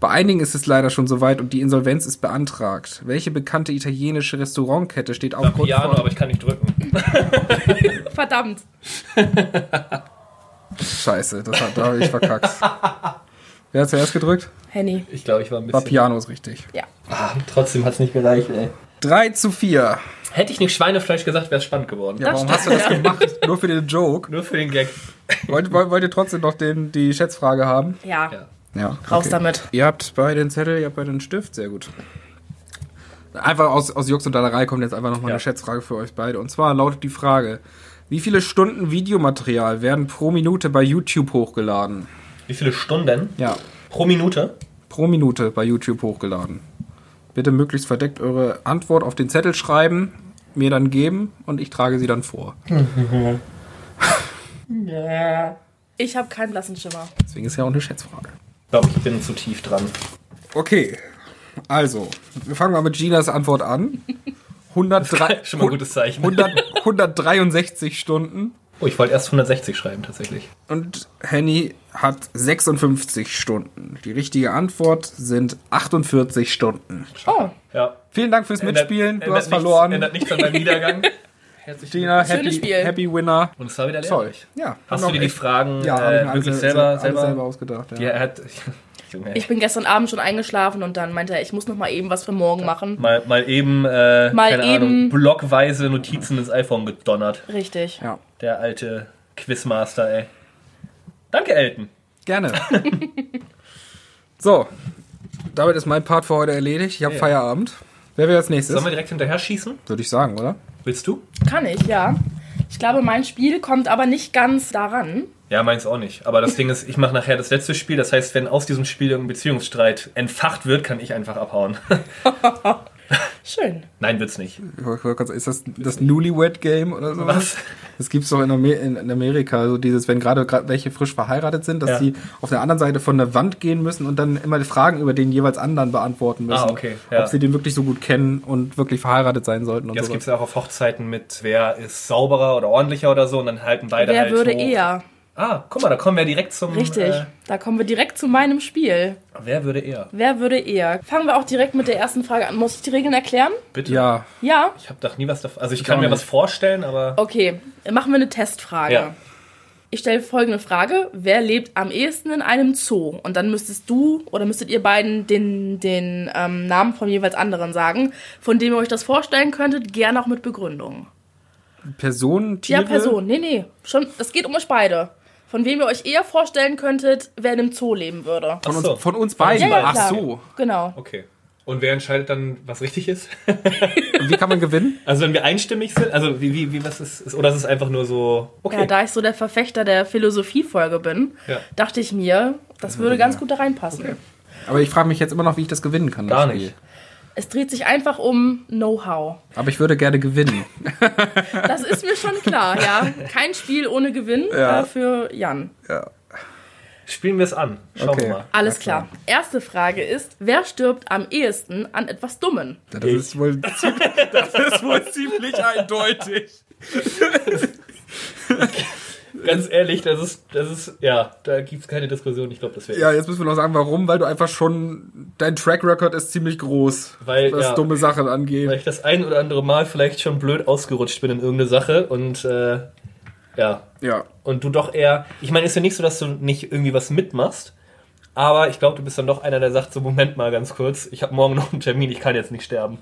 Speaker 3: Bei einigen ist es leider schon soweit und die Insolvenz ist beantragt. Welche bekannte italienische Restaurantkette steht auch kurz
Speaker 2: Piano,
Speaker 3: vor?
Speaker 2: aber ich kann nicht drücken.
Speaker 1: Verdammt.
Speaker 3: Scheiße, das hat, da habe ich verkackt. Wer hat zuerst gedrückt?
Speaker 1: Henny.
Speaker 2: Ich glaube, ich war ein
Speaker 3: War
Speaker 2: bisschen.
Speaker 3: Piano ist richtig.
Speaker 1: Ja.
Speaker 2: Ah, trotzdem hat es nicht gereicht, ey.
Speaker 3: 3 zu 4.
Speaker 2: Hätte ich nicht Schweinefleisch gesagt, wäre es spannend geworden.
Speaker 3: Ja, warum hast du das gemacht? Nur für den Joke.
Speaker 2: Nur für den Gag.
Speaker 3: Wollt, wollt, wollt ihr trotzdem noch den, die Schätzfrage haben?
Speaker 1: Ja.
Speaker 2: Ja.
Speaker 3: Ja.
Speaker 1: Raus damit.
Speaker 3: Ihr habt beide den Zettel, ihr habt beide den Stift, sehr gut. Einfach aus, aus Jux und Dallerei kommt jetzt einfach nochmal
Speaker 2: Ja.
Speaker 3: eine Schätzfrage für euch beide. Und zwar lautet die Frage, Wie viele Stunden Videomaterial werden pro Minute bei YouTube hochgeladen?
Speaker 2: Wie viele Stunden
Speaker 3: Ja,
Speaker 2: pro Minute?
Speaker 3: pro Minute bei YouTube hochgeladen. Bitte möglichst verdeckt eure Antwort auf den Zettel schreiben, mir dann geben und ich trage sie dann vor.
Speaker 1: Ich habe keinen blassen Schimmer.
Speaker 3: Deswegen ist ja auch eine Schätzfrage.
Speaker 2: Ich glaube, ich bin zu tief dran.
Speaker 3: Okay, also, wir fangen mal mit Ginas Antwort an. 103,
Speaker 2: Schon mal ein gutes Zeichen.
Speaker 3: 100, 163 Stunden
Speaker 2: Oh, ich wollte erst 160 schreiben, tatsächlich.
Speaker 3: und Henny hat 56 Stunden. Die richtige Antwort sind 48 Stunden.
Speaker 1: Oh,
Speaker 2: Ja.
Speaker 3: Vielen Dank fürs
Speaker 2: Ändert-
Speaker 3: Mitspielen, du
Speaker 2: ändert
Speaker 3: hast
Speaker 2: nichts-
Speaker 3: verloren.
Speaker 2: Ändert nichts an meinem Niedergang. Herzlich
Speaker 3: Gina,
Speaker 1: Schönes
Speaker 3: happy,
Speaker 1: Spiel.
Speaker 3: happy Winner.
Speaker 2: Und es war wieder
Speaker 3: Toll.
Speaker 2: lehrreich.
Speaker 3: Ja,
Speaker 2: Hast
Speaker 3: haben
Speaker 2: du dir
Speaker 3: auch
Speaker 2: die
Speaker 3: echt-
Speaker 2: Fragen
Speaker 3: ja, hab ich mir
Speaker 2: äh,
Speaker 3: alle
Speaker 2: wirklich
Speaker 3: se-
Speaker 2: selber,
Speaker 3: alle
Speaker 2: selber,
Speaker 3: selber ausgedacht? Ja.
Speaker 2: Ja, er hat. Junge,
Speaker 1: ich bin gestern Abend schon eingeschlafen und dann meinte er, ich muss noch mal eben was für morgen machen.
Speaker 2: mal, mal eben, äh,
Speaker 1: Mal
Speaker 2: keine Ahnung,
Speaker 1: eben-
Speaker 2: blockweise Notizen ins iPhone gedonnert.
Speaker 1: Richtig.
Speaker 3: Ja.
Speaker 2: Der alte Quizmaster, ey. Danke, Elton.
Speaker 3: Gerne. so, damit ist mein Part für heute erledigt. Ich habe
Speaker 2: Ja.
Speaker 3: Feierabend. Wer wäre als nächstes?
Speaker 2: Sollen wir direkt hinterher schießen?
Speaker 3: Würde ich sagen, oder?
Speaker 2: Willst du?
Speaker 1: Kann ich, ja. Ich glaube, mein Spiel kommt aber nicht ganz daran.
Speaker 2: Ja, meins auch nicht. Aber das Ding ist, ich mache nachher das letzte Spiel. Das heißt, wenn aus diesem Spiel irgendein Beziehungsstreit entfacht wird, kann ich einfach abhauen.
Speaker 1: Schön.
Speaker 2: Nein, wird's nicht.
Speaker 3: Ich wollte gerade sagen, Ist das das Newlywed Game oder sowas?
Speaker 2: Was?
Speaker 3: Das gibt es doch in, Amer in in Amerika, so dieses, wenn gerade gerade welche frisch verheiratet sind, dass
Speaker 2: Ja.
Speaker 3: die auf der anderen Seite von der Wand gehen müssen und dann immer die Fragen über den jeweils anderen beantworten müssen.
Speaker 2: Ah, okay, ja.
Speaker 3: Ob sie den wirklich so gut kennen und wirklich verheiratet sein sollten und
Speaker 2: Jetzt
Speaker 3: sowas.
Speaker 2: gibt's ja auch auf Hochzeiten mit, wer ist sauberer oder ordentlicher oder so. Und dann halten beide
Speaker 1: Wer
Speaker 2: halt
Speaker 1: würde
Speaker 2: hoch.
Speaker 1: eher?
Speaker 2: Ah, guck mal, da kommen wir direkt zum...
Speaker 1: Richtig.
Speaker 2: Äh,
Speaker 1: Da kommen wir direkt zu meinem Spiel.
Speaker 2: wer würde eher?
Speaker 1: Wer würde eher? Fangen wir auch direkt mit der ersten Frage an. Muss ich die Regeln erklären?
Speaker 2: Bitte?
Speaker 3: Ja,
Speaker 1: Ja?
Speaker 2: Ich habe doch nie was davon... Also ich
Speaker 3: auch
Speaker 2: kann mir
Speaker 3: nicht.
Speaker 2: was vorstellen, aber...
Speaker 1: Okay, machen wir eine Testfrage.
Speaker 2: Ja.
Speaker 1: Ich stelle folgende Frage. Wer lebt am ehesten in einem Zoo? Und dann müsstest du oder müsstet ihr beiden den, den ähm, Namen vom jeweils anderen sagen, von dem ihr euch das vorstellen könntet, gerne auch mit Begründung.
Speaker 3: Personen, Tiere.
Speaker 1: Ja, Person. Nee, nee. Schon, das geht um euch beide. Von wem ihr euch eher vorstellen könntet, wer in einem Zoo leben würde.
Speaker 3: Von
Speaker 2: Ach so.
Speaker 3: uns, von uns beiden.
Speaker 2: Ja, ja,
Speaker 3: Ach so.
Speaker 1: Genau.
Speaker 2: Okay. Und wer entscheidet dann, was richtig ist?
Speaker 3: Wie kann man gewinnen?
Speaker 2: Also wenn wir einstimmig sind? Also wie, wie, wie was ist, ist... Oder ist es einfach nur so... Okay.
Speaker 1: Ja, da ich so der Verfechter der Philosophiefolge bin,
Speaker 2: Ja.
Speaker 1: dachte ich mir, das würde ganz gut da reinpassen.
Speaker 3: Aber ich frage mich jetzt immer noch, wie ich das gewinnen kann. das
Speaker 2: Gar
Speaker 3: Spiel.
Speaker 2: nicht.
Speaker 1: Es dreht sich einfach um Know-how.
Speaker 3: Aber ich würde gerne gewinnen.
Speaker 1: Das ist mir schon klar, ja. Kein Spiel ohne Gewinn
Speaker 3: Ja.
Speaker 1: äh, für Jan.
Speaker 2: Spielen wir es an. Schauen
Speaker 3: Okay.
Speaker 2: wir mal.
Speaker 1: Alles klar. Erste Frage ist, wer stirbt am ehesten an etwas Dummen?
Speaker 3: Das
Speaker 2: Ich.
Speaker 3: ist wohl ziemlich, das ist wohl ziemlich eindeutig.
Speaker 2: Ganz ehrlich, das ist, das ist, ja, da gibt's keine Diskussion. Ich glaube, das wäre.
Speaker 3: Ja, jetzt müssen wir noch sagen, warum, weil du einfach schon, dein Track Record ist ziemlich groß,
Speaker 2: Weil,
Speaker 3: was
Speaker 2: ja.
Speaker 3: dumme Sachen angeht.
Speaker 2: Weil ich das ein oder andere Mal vielleicht schon blöd ausgerutscht bin in irgendeine Sache und, äh, ja.
Speaker 3: ja.
Speaker 2: Und du doch eher, ich meine, ist ja nicht so, dass du nicht irgendwie was mitmachst, aber ich glaube, du bist dann doch einer, der sagt, so, Moment mal ganz kurz, ich habe morgen noch einen Termin, ich kann jetzt nicht sterben.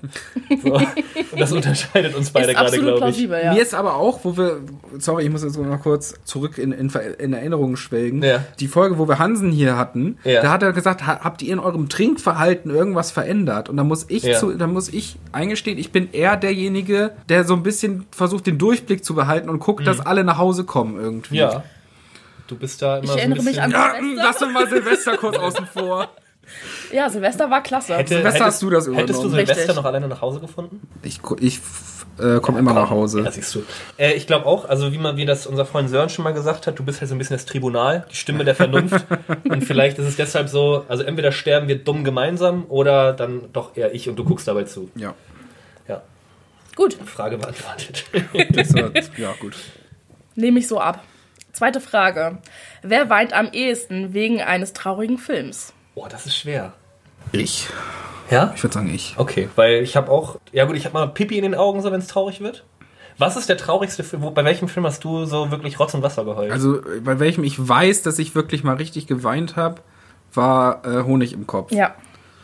Speaker 2: So. Und das unterscheidet uns beide
Speaker 1: ist
Speaker 2: gerade,
Speaker 1: absolut
Speaker 2: glaube ich.
Speaker 1: plausibel, ja.
Speaker 3: Mir ist aber auch, wo wir, sorry, ich muss jetzt nur noch kurz zurück in, in, Ver- in Erinnerungen schwelgen.
Speaker 2: Ja.
Speaker 3: Die Folge, wo wir Hansen hier hatten,
Speaker 2: Ja.
Speaker 3: da hat er gesagt, ha- habt ihr in eurem Trinkverhalten irgendwas verändert? Und da muss ich
Speaker 2: Ja.
Speaker 3: zu, da muss ich eingestehen, ich bin eher derjenige, der so ein bisschen versucht, den Durchblick zu behalten und guckt, dass alle nach Hause kommen irgendwie.
Speaker 2: Mhm. Ja. Du bist da immer so ein
Speaker 1: erinnere mich
Speaker 2: bisschen-
Speaker 1: an-
Speaker 3: Ja, mh, lass doch mal Silvester kurz außen vor.
Speaker 1: Ja, Silvester war klasse.
Speaker 2: Hätte-
Speaker 3: Silvester
Speaker 2: hättest-
Speaker 3: hast du das
Speaker 2: Hättest du
Speaker 3: übernommen.
Speaker 2: Silvester
Speaker 1: Richtig.
Speaker 2: noch alleine nach Hause gefunden?
Speaker 3: Ich, gu- ich f- äh, komme immer nach Hause.
Speaker 2: Ja, siehst du. Äh, ich glaube auch, also wie man, wie das unser Freund Sören schon mal gesagt hat, du bist halt so ein bisschen das Tribunal, die Stimme der Vernunft. und vielleicht ist es deshalb so, also entweder sterben wir dumm gemeinsam oder dann doch eher ich und du guckst dabei zu.
Speaker 3: Ja,
Speaker 2: Ja,
Speaker 1: Gut,
Speaker 2: Frage beantwortet.
Speaker 3: das hat, ja, gut.
Speaker 1: nehme ich so ab. Zweite Frage. Wer weint am ehesten wegen eines traurigen Films?
Speaker 2: Boah, das ist schwer.
Speaker 3: Ich.
Speaker 2: Ja?
Speaker 3: Ich würde sagen, ich.
Speaker 2: Okay, weil ich habe auch, ja gut, ich habe mal Pipi in den Augen, so wenn es traurig wird. Was ist der traurigste Film? Wo, bei welchem Film hast du so wirklich Rotz und Wasser geheult?
Speaker 3: Also äh, bei welchem ich weiß, dass ich wirklich mal richtig geweint habe, war äh, Honig im Kopf.
Speaker 1: Ja.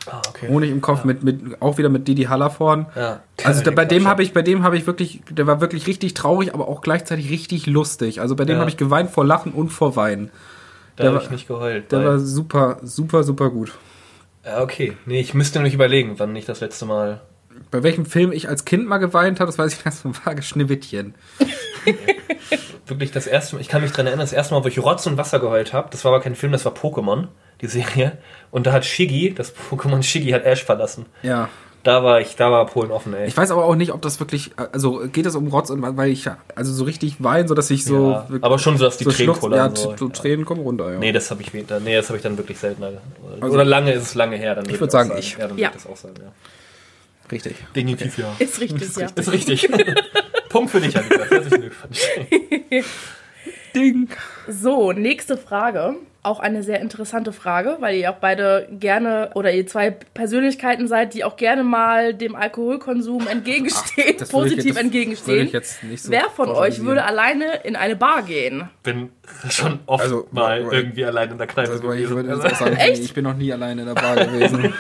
Speaker 2: ah, okay.
Speaker 3: Honig im Kopf mit, mit auch wieder mit Didi Hallervorn.
Speaker 2: Ja.
Speaker 3: Also da, bei dem
Speaker 2: Klatscher.
Speaker 3: habe ich, bei dem habe ich wirklich, der war wirklich richtig traurig, aber auch gleichzeitig richtig lustig. Also bei dem
Speaker 2: Ja.
Speaker 3: habe ich geweint vor Lachen und vor Weinen.
Speaker 2: Da
Speaker 3: der
Speaker 2: habe
Speaker 3: war-
Speaker 2: ich nicht geheult.
Speaker 3: Der
Speaker 2: weil-
Speaker 3: war super, super, super gut.
Speaker 2: Äh, Ja, okay. Nee, ich müsste nämlich überlegen, wann ich das letzte Mal
Speaker 3: bei welchem Film ich als Kind mal geweint habe, das weiß ich ganz von vage Schneewittchen.
Speaker 2: Wirklich das erste Mal, ich kann mich dran erinnern, das erste Mal, wo ich Rotz und Wasser geheult habe, das war aber kein Film, das war Pokémon, die Serie. Und da hat Shiggy, das Pokémon Shiggy, hat Ash verlassen.
Speaker 3: Ja.
Speaker 2: Da war ich, da war Polen offen, ey.
Speaker 3: Ich weiß aber auch nicht, ob das wirklich, also geht es um Rotz und weil ich also so richtig weine, so dass ich so
Speaker 2: Ja, aber schon so, dass die
Speaker 3: so
Speaker 2: Tränen
Speaker 3: schluchz-
Speaker 2: kullern,
Speaker 3: Ja,
Speaker 2: so,
Speaker 3: t- so
Speaker 2: ja.
Speaker 3: Tränen kommen runter. Ja.
Speaker 2: Nee, das habe ich, we- da- nee, das hab ich dann wirklich seltener. Oder oder lange ist es lange her. Dann würd
Speaker 3: würd
Speaker 2: auch
Speaker 3: sagen, Also ich.
Speaker 2: Ja, dann
Speaker 1: Ja.
Speaker 2: wird das auch sein, ja.
Speaker 3: Richtig.
Speaker 2: Definitiv, ja.
Speaker 1: Ist richtig, ja.
Speaker 2: Ist richtig. Punkt für dich, Anita. Herzlichen Glückwunsch.
Speaker 3: Ding.
Speaker 1: So, nächste Frage. Auch eine sehr interessante Frage, weil ihr auch beide gerne oder ihr zwei Persönlichkeiten seid, die auch gerne mal dem Alkoholkonsum entgegenstehen,
Speaker 3: das würde ich-
Speaker 1: positiv
Speaker 3: das
Speaker 1: entgegenstehen.
Speaker 3: würde ich jetzt nicht so
Speaker 1: Wer von euch
Speaker 3: pauschalisieren.
Speaker 1: würde alleine in eine Bar gehen?
Speaker 2: Bin schon oft
Speaker 3: Also,
Speaker 2: mal
Speaker 3: right.
Speaker 2: irgendwie allein in der Kneipe
Speaker 3: Also, ich
Speaker 2: gewesen.
Speaker 3: würde jetzt
Speaker 2: Also,
Speaker 3: auch sagen,
Speaker 1: Echt?
Speaker 3: ich bin noch nie alleine in der Bar gewesen.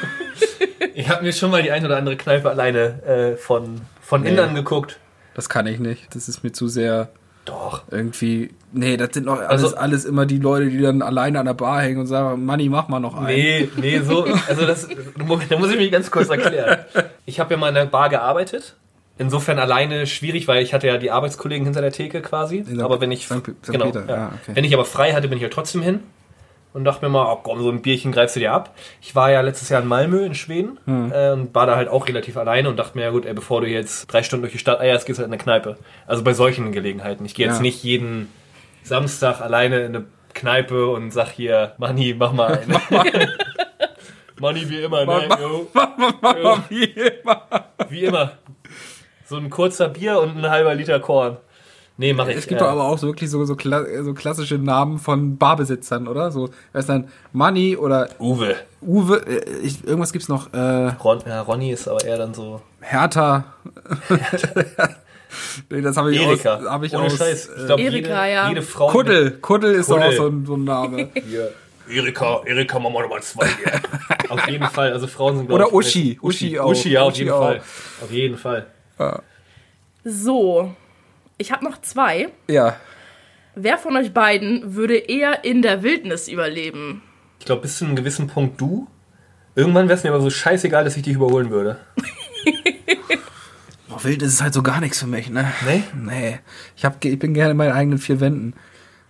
Speaker 2: ich habe mir schon mal die ein oder andere Kneipe alleine äh, von, von
Speaker 3: Nee.
Speaker 2: innen angeguckt.
Speaker 3: Das kann ich nicht. Das ist mir zu sehr
Speaker 2: Doch.
Speaker 3: irgendwie. Nee, das sind noch alles,
Speaker 2: Also-
Speaker 3: alles immer die Leute, die dann alleine an der Bar hängen und sagen, Manni, mach mal noch einen.
Speaker 2: Nee, nee, so. Also das. Moment, da muss ich mich ganz kurz erklären. Ich habe ja mal in der Bar gearbeitet. Insofern alleine schwierig, weil ich hatte ja die Arbeitskollegen hinter der Theke quasi.
Speaker 3: In St.
Speaker 2: aber wenn ich
Speaker 3: St. Pe- St.
Speaker 2: genau,
Speaker 3: Peter,
Speaker 2: ja.
Speaker 3: ja, okay.
Speaker 2: wenn ich aber frei hatte, bin ich halt trotzdem hin und dachte mir mal, oh komm, so ein Bierchen greifst du dir ab. Ich war ja letztes Jahr in Malmö in Schweden
Speaker 3: Hm.
Speaker 2: äh, und war da halt auch relativ alleine und dachte mir, ja gut, ey, bevor du jetzt drei Stunden durch die Stadt eierst, gehst du halt in eine Kneipe. Also bei solchen Gelegenheiten. Ich gehe jetzt
Speaker 3: Ja.
Speaker 2: nicht jeden Samstag alleine in eine Kneipe und sag hier, Manni, mach mal eine. Manni, wie immer, ne?
Speaker 3: mach-
Speaker 2: yo.
Speaker 3: Wie immer.
Speaker 2: Wie immer. So ein kurzer Bier und ein halber Liter Korn. Nee, mach ich.
Speaker 3: Es gibt
Speaker 2: äh,
Speaker 3: doch aber auch so wirklich so, so, kla so klassische Namen von Barbesitzern, oder? So, wer ist dann Manni oder
Speaker 2: Uwe.
Speaker 3: Uwe, äh, ich, irgendwas gibt's noch, äh,
Speaker 2: Ron, ja, Ronny ist aber eher dann so.
Speaker 3: Hertha. nee, das habe ich
Speaker 2: Erika.
Speaker 3: aus, hab ich
Speaker 2: Ohne
Speaker 3: aus
Speaker 2: Scheiß.
Speaker 3: Äh,
Speaker 2: Ich glaub,
Speaker 1: Erika,
Speaker 2: jede,
Speaker 1: ja.
Speaker 2: jede Frau.
Speaker 3: Kuddel. Kuddel ist doch auch
Speaker 2: Kuddel.
Speaker 3: so ein, so ein Name.
Speaker 2: Hier. Erika, Erika, machen wir nochmal zwei hier. auf jeden Fall. Also Frauen sind glaub
Speaker 3: Oder
Speaker 2: ich,
Speaker 3: Uschi. Uschi
Speaker 2: Uschi,
Speaker 3: auch.
Speaker 2: Uschi, ja, auf
Speaker 3: Uschi
Speaker 2: jeden
Speaker 3: auch.
Speaker 2: Fall. Auf jeden Fall.
Speaker 1: So, ich habe noch zwei.
Speaker 3: ja.
Speaker 1: Wer von euch beiden würde eher in der Wildnis überleben?
Speaker 2: Ich glaube, bis zu einem gewissen Punkt du. Irgendwann wär's mir aber so scheißegal, dass ich dich überholen würde.
Speaker 3: Boah, wild ist es halt so gar nichts für mich, ne?
Speaker 2: Nee?
Speaker 3: Nee. Ich, hab, ge- ich bin gerne in meinen eigenen vier Wänden.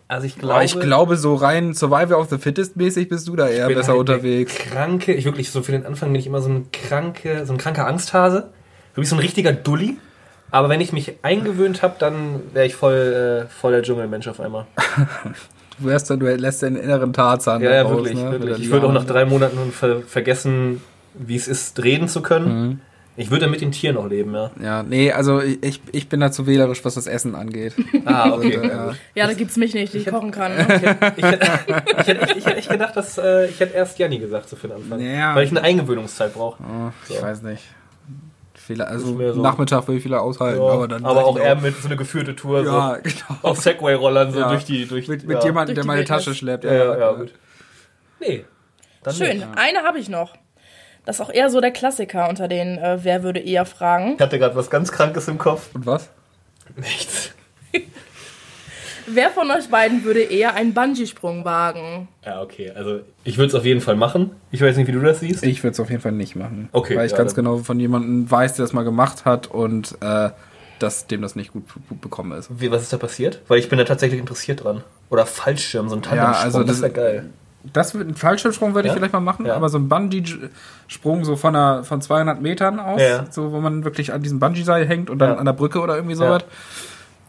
Speaker 2: Also ich glaube.
Speaker 3: Aber ich glaube, so rein Survival of the Fittest mäßig bist du da eher
Speaker 2: bin
Speaker 3: besser
Speaker 2: halt
Speaker 3: unterwegs.
Speaker 2: eine Kranke, ich wirklich so für den Anfang bin ich immer so ein kranke, so ein kranker Angsthase. Wirklich so ein richtiger Dulli. Aber wenn ich mich eingewöhnt habe, dann wäre ich voll, äh, voll der Dschungelmensch auf einmal.
Speaker 3: Du, wärst dann, du lässt deinen inneren Tarzan
Speaker 2: Ja,
Speaker 3: da
Speaker 2: ja,
Speaker 3: raus,
Speaker 2: wirklich,
Speaker 3: ne?
Speaker 2: wirklich.
Speaker 3: Mit
Speaker 2: Ich würde auch
Speaker 3: den
Speaker 2: nach drei Monaten nun ver vergessen, wie es ist, reden zu können.
Speaker 3: Mhm.
Speaker 2: Ich würde mit den Tieren noch leben, ja.
Speaker 3: Ja, nee, also ich, ich- ich bin da zu wählerisch, was das Essen angeht.
Speaker 2: Ah,
Speaker 3: Und, äh, ja.
Speaker 1: Ja, da gibt's mich nicht, die ich kochen kann.
Speaker 2: Ich hätte, ich, hätte, ich, hätte, echt- ich hätte echt gedacht, dass äh, ich hätte erst Janni gesagt, so für den Anfang.
Speaker 3: Ja.
Speaker 2: Weil ich eine Eingewöhnungszeit brauche.
Speaker 3: Oh, Ich
Speaker 2: So.
Speaker 3: weiß nicht. Viele, also
Speaker 2: Nicht mehr so.
Speaker 3: Nachmittag würde ich viele aushalten, aber dann
Speaker 2: aber
Speaker 3: sag
Speaker 2: auch
Speaker 3: ich
Speaker 2: er mit so eine geführte Tour.
Speaker 3: ja,
Speaker 2: So.
Speaker 3: genau.
Speaker 2: Auf Segway-Rollern so
Speaker 3: Ja.
Speaker 2: durch die. Durch,
Speaker 3: Mit,
Speaker 2: ja.
Speaker 3: mit jemandem,
Speaker 1: Durch
Speaker 3: der
Speaker 1: die
Speaker 3: meine
Speaker 1: Wildnis.
Speaker 3: Tasche schleppt.
Speaker 2: Ja, ja, ja, gut. Nee. Dann
Speaker 1: Schön,
Speaker 2: Nicht.
Speaker 1: eine habe ich noch. Das ist auch eher so der Klassiker unter den äh, Wer würde eher fragen.
Speaker 2: Ich hatte gerade was ganz Krankes im Kopf.
Speaker 3: Und was?
Speaker 2: Nichts.
Speaker 1: Wer von euch beiden würde eher einen Bungee-Sprung wagen?
Speaker 2: Ja, okay. Also, ich würde es auf jeden Fall machen. Ich weiß nicht, wie du das siehst.
Speaker 3: Ich würde es auf jeden Fall nicht machen.
Speaker 2: Okay,
Speaker 3: Weil ich
Speaker 2: ja,
Speaker 3: ganz
Speaker 2: dann-
Speaker 3: genau von jemandem weiß, der das mal gemacht hat und äh, dass dem das nicht gut, gut bekommen ist.
Speaker 2: Wie, was ist da passiert? Weil ich bin da tatsächlich interessiert dran. Oder Fallschirm, so ein Tandemsprung,
Speaker 3: Ja, also
Speaker 2: das
Speaker 3: das-
Speaker 2: ist ja geil.
Speaker 3: Das wird ein Fallschirmsprung würde
Speaker 2: Ja?
Speaker 3: ich vielleicht mal machen,
Speaker 2: Ja.
Speaker 3: aber so ein Bungee-Sprung so von, einer, von 200 Metern aus,
Speaker 2: Ja.
Speaker 3: so wo man wirklich an diesem Bungee-Seil hängt und dann
Speaker 2: Ja.
Speaker 3: an der Brücke oder irgendwie
Speaker 2: Ja.
Speaker 3: sowas.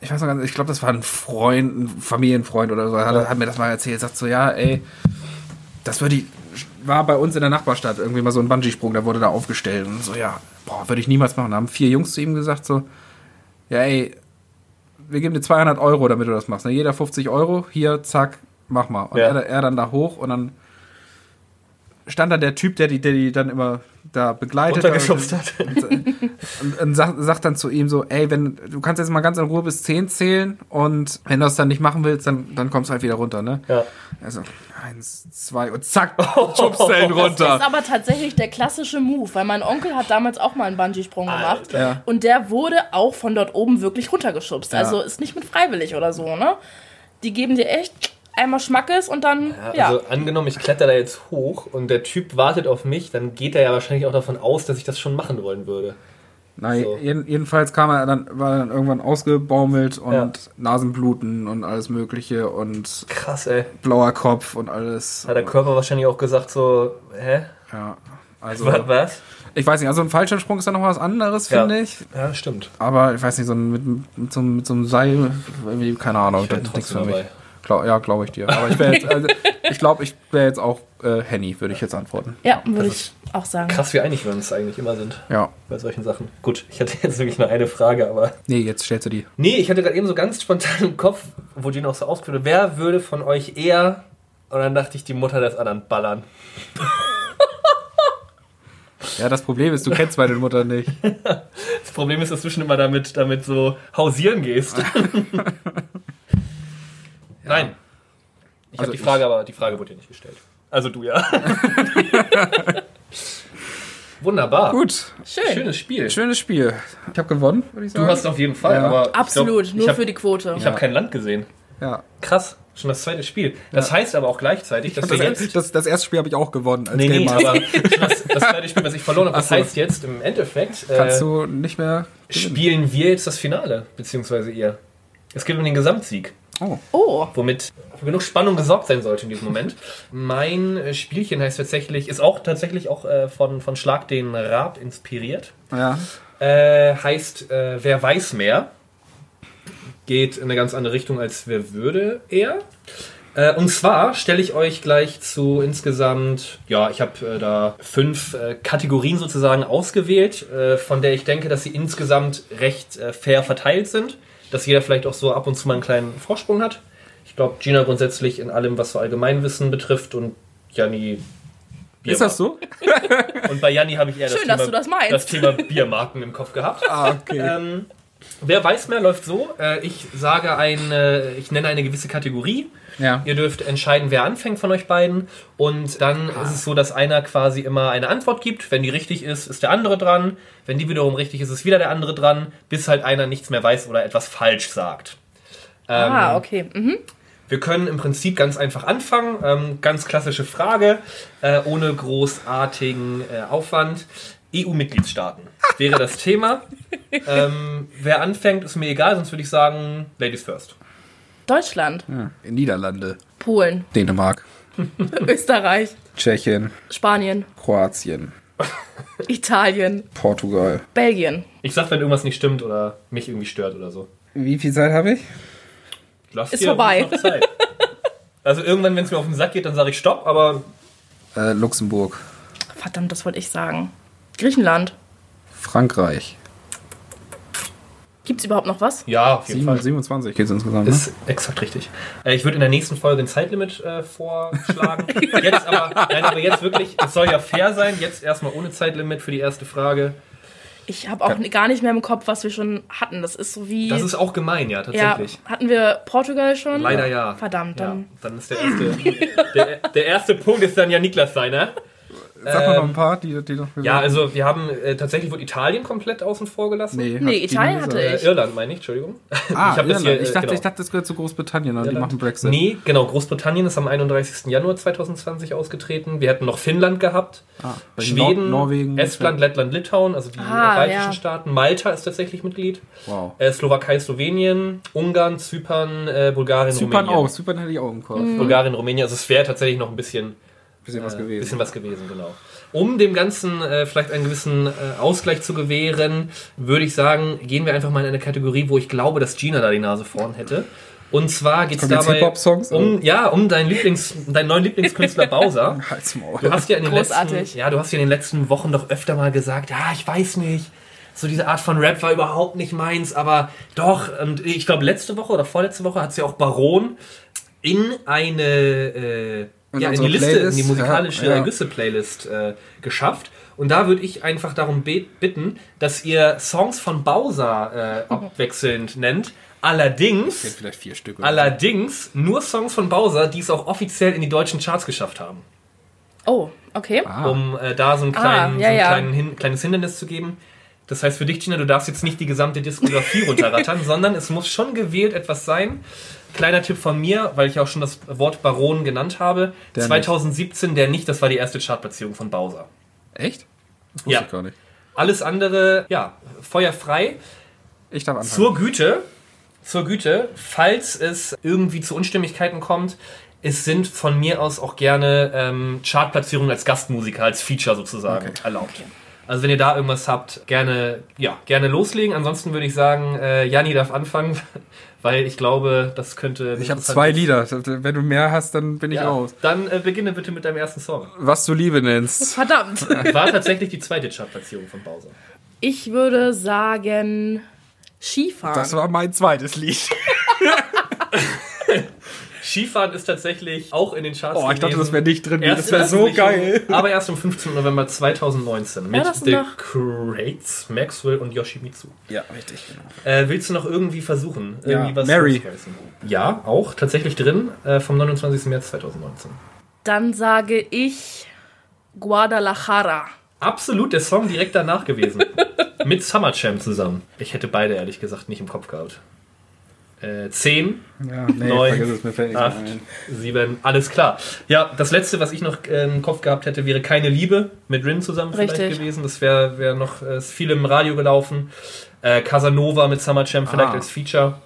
Speaker 3: Ich weiß noch ganz, ich glaube, das war ein Freund, ein Familienfreund oder so, hat,
Speaker 2: Ja.
Speaker 3: hat mir das mal erzählt, sagt so, ja, ey, das würde ich, war bei uns in der Nachbarstadt irgendwie mal so ein Bungee-Sprung, da wurde da aufgestellt und so, ja, boah, würde ich niemals machen. Da haben vier Jungs zu ihm gesagt so, ja, ey, wir geben dir 200 Euro, damit du das machst. Ne? Jeder 50 Euro, hier, zack, mach mal. Und
Speaker 2: Ja.
Speaker 3: er, er dann da hoch und dann stand da der Typ, der die, der die dann immer da begleitet
Speaker 2: Runtergeschubst hat.
Speaker 3: und, und sagt, sagt dann zu ihm so, ey, wenn du kannst jetzt mal ganz in Ruhe bis 10 zählen und wenn du das dann nicht machen willst, dann, dann kommst du halt wieder runter, ne?
Speaker 2: Ja.
Speaker 3: Also, eins, zwei und zack, schubst den
Speaker 1: Das ist
Speaker 3: runter.
Speaker 1: aber tatsächlich der klassische Move, weil mein Onkel hat damals auch mal einen Bungee-Sprung gemacht.
Speaker 2: Alter.
Speaker 3: Ja.
Speaker 1: Und der wurde auch von dort oben wirklich runtergeschubst. Also ist nicht mit freiwillig oder so, ne? Die geben dir echt einmal Schmackes und dann, ja.
Speaker 2: Ja, also angenommen, ich kletter da jetzt hoch und der Typ wartet auf mich, dann geht er ja wahrscheinlich auch davon aus, dass ich das schon machen wollen würde.
Speaker 3: Na,
Speaker 2: So.
Speaker 3: jeden, jedenfalls kam er dann, war er dann irgendwann ausgebaumelt und
Speaker 2: Ja.
Speaker 3: Nasenbluten und alles Mögliche und
Speaker 2: Krass, ey.
Speaker 3: blauer Kopf und alles.
Speaker 2: Hat der Körper wahrscheinlich auch gesagt so, hä?
Speaker 3: Ja. Also,
Speaker 2: Was? was?
Speaker 3: ich weiß nicht, also ein Fallschirmsprung ist dann noch was anderes, finde
Speaker 2: Ja.
Speaker 3: ich.
Speaker 2: Ja, stimmt.
Speaker 3: Aber ich weiß nicht, so ein, mit, mit, so, einem- mit so einem Seil, irgendwie, keine Ahnung,
Speaker 2: Ich wär
Speaker 3: das ist nichts
Speaker 2: trotzdem
Speaker 3: für mich.
Speaker 2: dabei.
Speaker 3: Glau- ja, glaube ich dir. Aber ich wäre jetzt, also, ich glaube, ich wäre jetzt auch äh, Henny, würde ich jetzt antworten.
Speaker 1: Ja,
Speaker 2: Also-
Speaker 1: würde ich auch sagen.
Speaker 2: Krass, wie einig wir uns eigentlich immer sind
Speaker 3: Ja.
Speaker 2: bei solchen Sachen. Gut, ich hatte jetzt wirklich nur eine Frage, aber.
Speaker 3: Nee, jetzt stellst du die.
Speaker 2: Nee, ich hatte gerade eben so ganz spontan im Kopf, wo die noch so ausgeführt wurde, wer würde von euch eher. Und dann dachte ich, die Mutter des anderen ballern.
Speaker 3: Ja, das Problem ist, du kennst meine Mutter nicht.
Speaker 2: Das Problem ist, dass du schon immer damit, damit so hausieren gehst. Nein. Ich
Speaker 3: Also
Speaker 2: habe die
Speaker 3: ich-
Speaker 2: Frage, aber die Frage wurde dir nicht gestellt. Also du ja. Wunderbar.
Speaker 3: Gut,
Speaker 1: Schön.
Speaker 2: Schönes Spiel.
Speaker 3: schönes Spiel. Ich habe gewonnen, würde ich
Speaker 2: Du
Speaker 3: sagen.
Speaker 2: hast auf jeden Fall,
Speaker 3: Ja.
Speaker 2: aber. ich
Speaker 1: Absolut,
Speaker 2: glaub,
Speaker 1: nur
Speaker 2: ich hab,
Speaker 1: für die Quote.
Speaker 2: Ich habe kein Land gesehen.
Speaker 3: ja.
Speaker 2: Krass, schon das zweite Spiel. Das heißt aber auch gleichzeitig, dass
Speaker 3: das,
Speaker 2: wir jetzt.
Speaker 3: das, das erste Spiel habe ich auch gewonnen als
Speaker 2: nee,
Speaker 3: Game
Speaker 2: nee,
Speaker 3: Master.
Speaker 2: aber schon das, das zweite Spiel, was ich verloren habe, das
Speaker 3: Ach so.
Speaker 2: heißt jetzt im Endeffekt, äh,
Speaker 3: Kannst du nicht mehr.
Speaker 2: spielen wir jetzt das Finale, beziehungsweise ihr. Es geht um den Gesamtsieg,
Speaker 3: Oh.
Speaker 1: Oh,
Speaker 2: womit für genug Spannung gesorgt sein sollte in diesem Moment. mein äh, Spielchen heißt tatsächlich, ist auch tatsächlich auch äh, von, von Schlag den Raab inspiriert.
Speaker 3: Ja.
Speaker 2: Äh, heißt äh, Wer weiß mehr. Geht in eine ganz andere Richtung als Wer würde eher. Äh, und zwar stelle ich euch gleich zu insgesamt, ja, ich habe äh, da fünf äh, Kategorien sozusagen ausgewählt, äh, von der ich denke, dass sie insgesamt recht äh, fair verteilt sind. Dass jeder vielleicht auch so ab und zu mal einen kleinen Vorsprung hat. Ich glaube, Gina grundsätzlich in allem, was so Allgemeinwissen betrifft und Janni. Bier
Speaker 3: Ist das so?
Speaker 2: und bei Janni habe ich eher das,
Speaker 1: Schön,
Speaker 2: Thema,
Speaker 1: dass du das meinst.
Speaker 2: Thema Biermarken im Kopf gehabt.
Speaker 3: Ah, okay.
Speaker 2: Ähm, wer weiß mehr läuft so. Äh, ich sage eine, ich nenne eine gewisse Kategorie.
Speaker 3: ja.
Speaker 2: Ihr dürft entscheiden, wer anfängt von euch beiden. Und dann ist es so, dass einer quasi immer eine Antwort gibt. Wenn die richtig ist, ist der andere dran. Wenn die wiederum richtig ist, ist wieder der andere dran, bis halt einer nichts mehr weiß oder etwas falsch sagt. Ähm,
Speaker 1: ah, okay. Mhm.
Speaker 2: wir können im Prinzip ganz einfach anfangen. Ähm, ganz klassische Frage, äh, ohne großartigen äh, Aufwand. EU-Mitgliedstaaten wäre das Thema. Ähm, wer anfängt, ist mir egal, sonst würde ich sagen, Ladies first.
Speaker 1: Deutschland,
Speaker 3: In Niederlande,
Speaker 1: Polen,
Speaker 3: Dänemark,
Speaker 1: Österreich,
Speaker 3: Tschechien,
Speaker 1: Spanien,
Speaker 3: Kroatien,
Speaker 1: Italien,
Speaker 3: Portugal.
Speaker 1: Belgien.
Speaker 2: Ich sag, wenn irgendwas nicht stimmt oder mich irgendwie stört oder so.
Speaker 3: Wie viel Zeit habe ich?
Speaker 2: Lass
Speaker 1: Ist
Speaker 2: dir
Speaker 1: vorbei.
Speaker 2: noch Zeit. Also irgendwann, wenn es mir auf den Sack geht, dann sage ich Stopp, aber
Speaker 3: Äh, Luxemburg,
Speaker 1: Verdammt, das wollte ich sagen. Griechenland.
Speaker 3: Frankreich.
Speaker 1: Gibt's überhaupt noch was?
Speaker 2: ja, auf jeden
Speaker 3: Sieben-
Speaker 2: Fall.
Speaker 3: 27 geht es insgesamt. Ne?
Speaker 2: Ist exakt richtig. Äh, ich würde in der nächsten Folge ein Zeitlimit äh, vorschlagen. Jetzt aber, nein, aber jetzt wirklich, es soll ja fair sein, jetzt erstmal ohne Zeitlimit für die erste Frage.
Speaker 1: Ich habe auch n- gar nicht mehr im Kopf, was wir schon hatten. Das ist so wie.
Speaker 2: Das ist auch gemein, ja,
Speaker 1: ja,
Speaker 2: tatsächlich.
Speaker 1: hatten wir Portugal schon?
Speaker 2: Leider ja.
Speaker 1: Verdammt,
Speaker 2: Ja,
Speaker 1: dann.
Speaker 2: dann ist der erste, der, der erste Punkt ist dann ja Niklas seiner.
Speaker 3: Sag mal noch ein paar, die, die noch.
Speaker 2: Äh, Ja, also wir haben, äh, tatsächlich wurde Italien komplett außen vor gelassen.
Speaker 3: Nee,
Speaker 1: Nee,
Speaker 3: hat
Speaker 1: Italien
Speaker 3: die
Speaker 1: hatte
Speaker 3: gesagt.
Speaker 2: Äh,
Speaker 1: ich.
Speaker 2: Irland meine ich, Entschuldigung.
Speaker 3: Ah,
Speaker 2: hab
Speaker 3: ich, Irland.
Speaker 2: das hier, äh,
Speaker 3: ich, dachte,
Speaker 2: genau.
Speaker 3: ich dachte, das gehört zu Großbritannien und die
Speaker 2: Irland.
Speaker 3: machen Brexit.
Speaker 2: Nee, genau. Großbritannien ist am 31. Januar 2020 ausgetreten. Wir hatten noch Finnland gehabt,
Speaker 3: Ah, bei
Speaker 2: Schweden,
Speaker 3: Nor Norwegen.
Speaker 2: Estland, Lettland, Litauen, also die
Speaker 1: Ah,
Speaker 2: baltischen
Speaker 1: ja.
Speaker 2: Staaten. Malta ist tatsächlich Mitglied.
Speaker 3: Wow.
Speaker 2: Äh, Slowakei, Slowenien, Ungarn, Zypern, äh, Bulgarien,
Speaker 3: Zypern
Speaker 2: Rumänien.
Speaker 3: auch. Zypern hätte ich auch im Kopf.
Speaker 1: Mhm.
Speaker 2: Bulgarien, Rumänien. Also es wäre tatsächlich noch ein bisschen
Speaker 3: Bisschen was
Speaker 2: äh,
Speaker 3: gewesen.
Speaker 2: Bisschen was gewesen, genau. Um dem Ganzen äh, vielleicht einen gewissen äh, Ausgleich zu gewähren, würde ich sagen, gehen wir einfach mal in eine Kategorie, wo ich glaube, dass Gina da die Nase vorn hätte. Und zwar geht es
Speaker 3: Kommen jetzt
Speaker 2: dabei
Speaker 3: Hip-Hop-Songs?
Speaker 2: um, ja, um deinen, Lieblings, deinen neuen Lieblingskünstler Bowser.
Speaker 3: Halt's Maul.
Speaker 2: Du hast ja in den
Speaker 1: Großartig.
Speaker 2: letzten, ja, du hast ja in den letzten Wochen doch öfter mal gesagt, ja, ich weiß nicht, so diese Art von Rap war überhaupt nicht meins, aber doch. Und ich glaube, letzte Woche oder vorletzte Woche hat sie auch Baron in eine, äh,
Speaker 3: In
Speaker 2: ja, in
Speaker 3: unsere
Speaker 2: die Liste, in
Speaker 3: Playlist,
Speaker 2: die musikalische
Speaker 3: ja, ja.
Speaker 2: Güsse-Playlist äh, geschafft. Und da würde ich einfach darum be- bitten, dass ihr Songs von Bowser äh, abwechselnd nennt.
Speaker 3: Jetzt
Speaker 2: Allerdings,
Speaker 3: vielleicht vier Stück. oder so.
Speaker 2: allerdings nur Songs von Bowser, die es auch offiziell in die deutschen Charts geschafft haben
Speaker 1: Oh, okay.
Speaker 3: Ah.
Speaker 2: um äh, da so ein, kleinen,
Speaker 1: ja,
Speaker 2: so ein
Speaker 1: ja.
Speaker 2: kleinen hin, kleines Hindernis zu geben. Das heißt für dich, Gina, du darfst jetzt nicht die gesamte Diskografie runterrattern, sondern es muss schon gewählt etwas sein. Kleiner Tipp von mir, weil ich auch schon das Wort Baron genannt habe.
Speaker 3: Der nicht.
Speaker 2: 2017 der nicht, das war die erste Chartplatzierung von Bowser.
Speaker 3: Echt? Das
Speaker 2: Ja.
Speaker 3: ich gar nicht.
Speaker 2: Alles andere, ja, feuerfrei.
Speaker 3: Ich darf anfangen.
Speaker 2: Zur Güte, zur Güte, falls es irgendwie zu Unstimmigkeiten kommt, es sind von mir aus auch gerne ähm, Chartplatzierungen als Gastmusiker, als Feature sozusagen erlaubt. Also wenn ihr da irgendwas habt, gerne, ja, gerne loslegen. Ansonsten würde ich sagen, äh, Janni darf anfangen, weil ich glaube, das könnte.
Speaker 3: ich habe zwei Lieder. Wenn du mehr hast, dann bin ich
Speaker 2: Ja,
Speaker 3: raus.
Speaker 2: dann äh, beginne bitte mit deinem ersten Song.
Speaker 3: Was du Liebe nennst.
Speaker 1: Verdammt.
Speaker 2: War tatsächlich die zweite Chartplatzierung von Bowser.
Speaker 1: Ich würde sagen Skifahren.
Speaker 3: Das war mein zweites Lied.
Speaker 2: Skifahren ist tatsächlich auch in den Charts.
Speaker 3: Oh, ich dachte,
Speaker 2: gewesen.
Speaker 3: das wäre nicht drin.
Speaker 2: Erst
Speaker 3: Das wäre
Speaker 2: erst
Speaker 3: so
Speaker 2: nicht
Speaker 3: geil.
Speaker 2: um- Aber erst am 15. November 2019 mit
Speaker 1: das ist
Speaker 2: The
Speaker 1: noch-
Speaker 2: Crates, Maxwell und Yoshimitsu.
Speaker 3: Ja, richtig. Genau.
Speaker 2: Äh, willst du noch irgendwie versuchen?
Speaker 3: Ja,
Speaker 2: Irgendwie was
Speaker 3: Mary.
Speaker 2: loszureißen? Ja, auch tatsächlich drin äh, vom 29. März 2019.
Speaker 1: Dann sage ich Guadalajara.
Speaker 2: Absolut der Song direkt danach gewesen. mit Summer Champ zusammen. Ich hätte beide ehrlich gesagt nicht im Kopf gehabt. Äh, 10,
Speaker 3: Ja, nee,
Speaker 2: Neun,
Speaker 3: vergiss es, mir fällt nichts
Speaker 2: acht,
Speaker 3: mehr ein.
Speaker 2: sieben, alles klar. Ja, das letzte, was ich noch äh, im Kopf gehabt hätte, wäre keine Liebe mit Rin zusammen vielleicht
Speaker 1: Richtig.
Speaker 2: gewesen. Das wäre wär noch äh, ist viel im Radio gelaufen. Äh, Casanova mit Summer Champ vielleicht
Speaker 3: Ah.
Speaker 2: als Feature.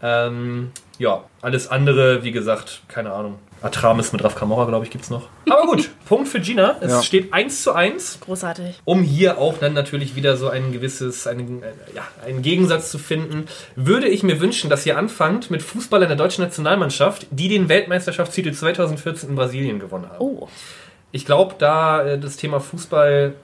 Speaker 2: Ähm, ja, alles andere, wie gesagt, keine Ahnung. Atramis mit Raf Kamora, glaube ich, gibt's noch. Aber gut, Punkt für Gina. Es
Speaker 3: Ja.
Speaker 2: steht 1 zu 1
Speaker 1: Großartig.
Speaker 2: um hier auch dann natürlich wieder so ein gewisses, einen, äh, ja, einen Gegensatz zu finden, würde ich mir wünschen, dass ihr anfangt mit Fußballern der deutschen Nationalmannschaft, die den Weltmeisterschaftstitel 2014 in Brasilien gewonnen haben.
Speaker 1: Oh,
Speaker 2: Ich glaube, da äh, das Thema Fußball,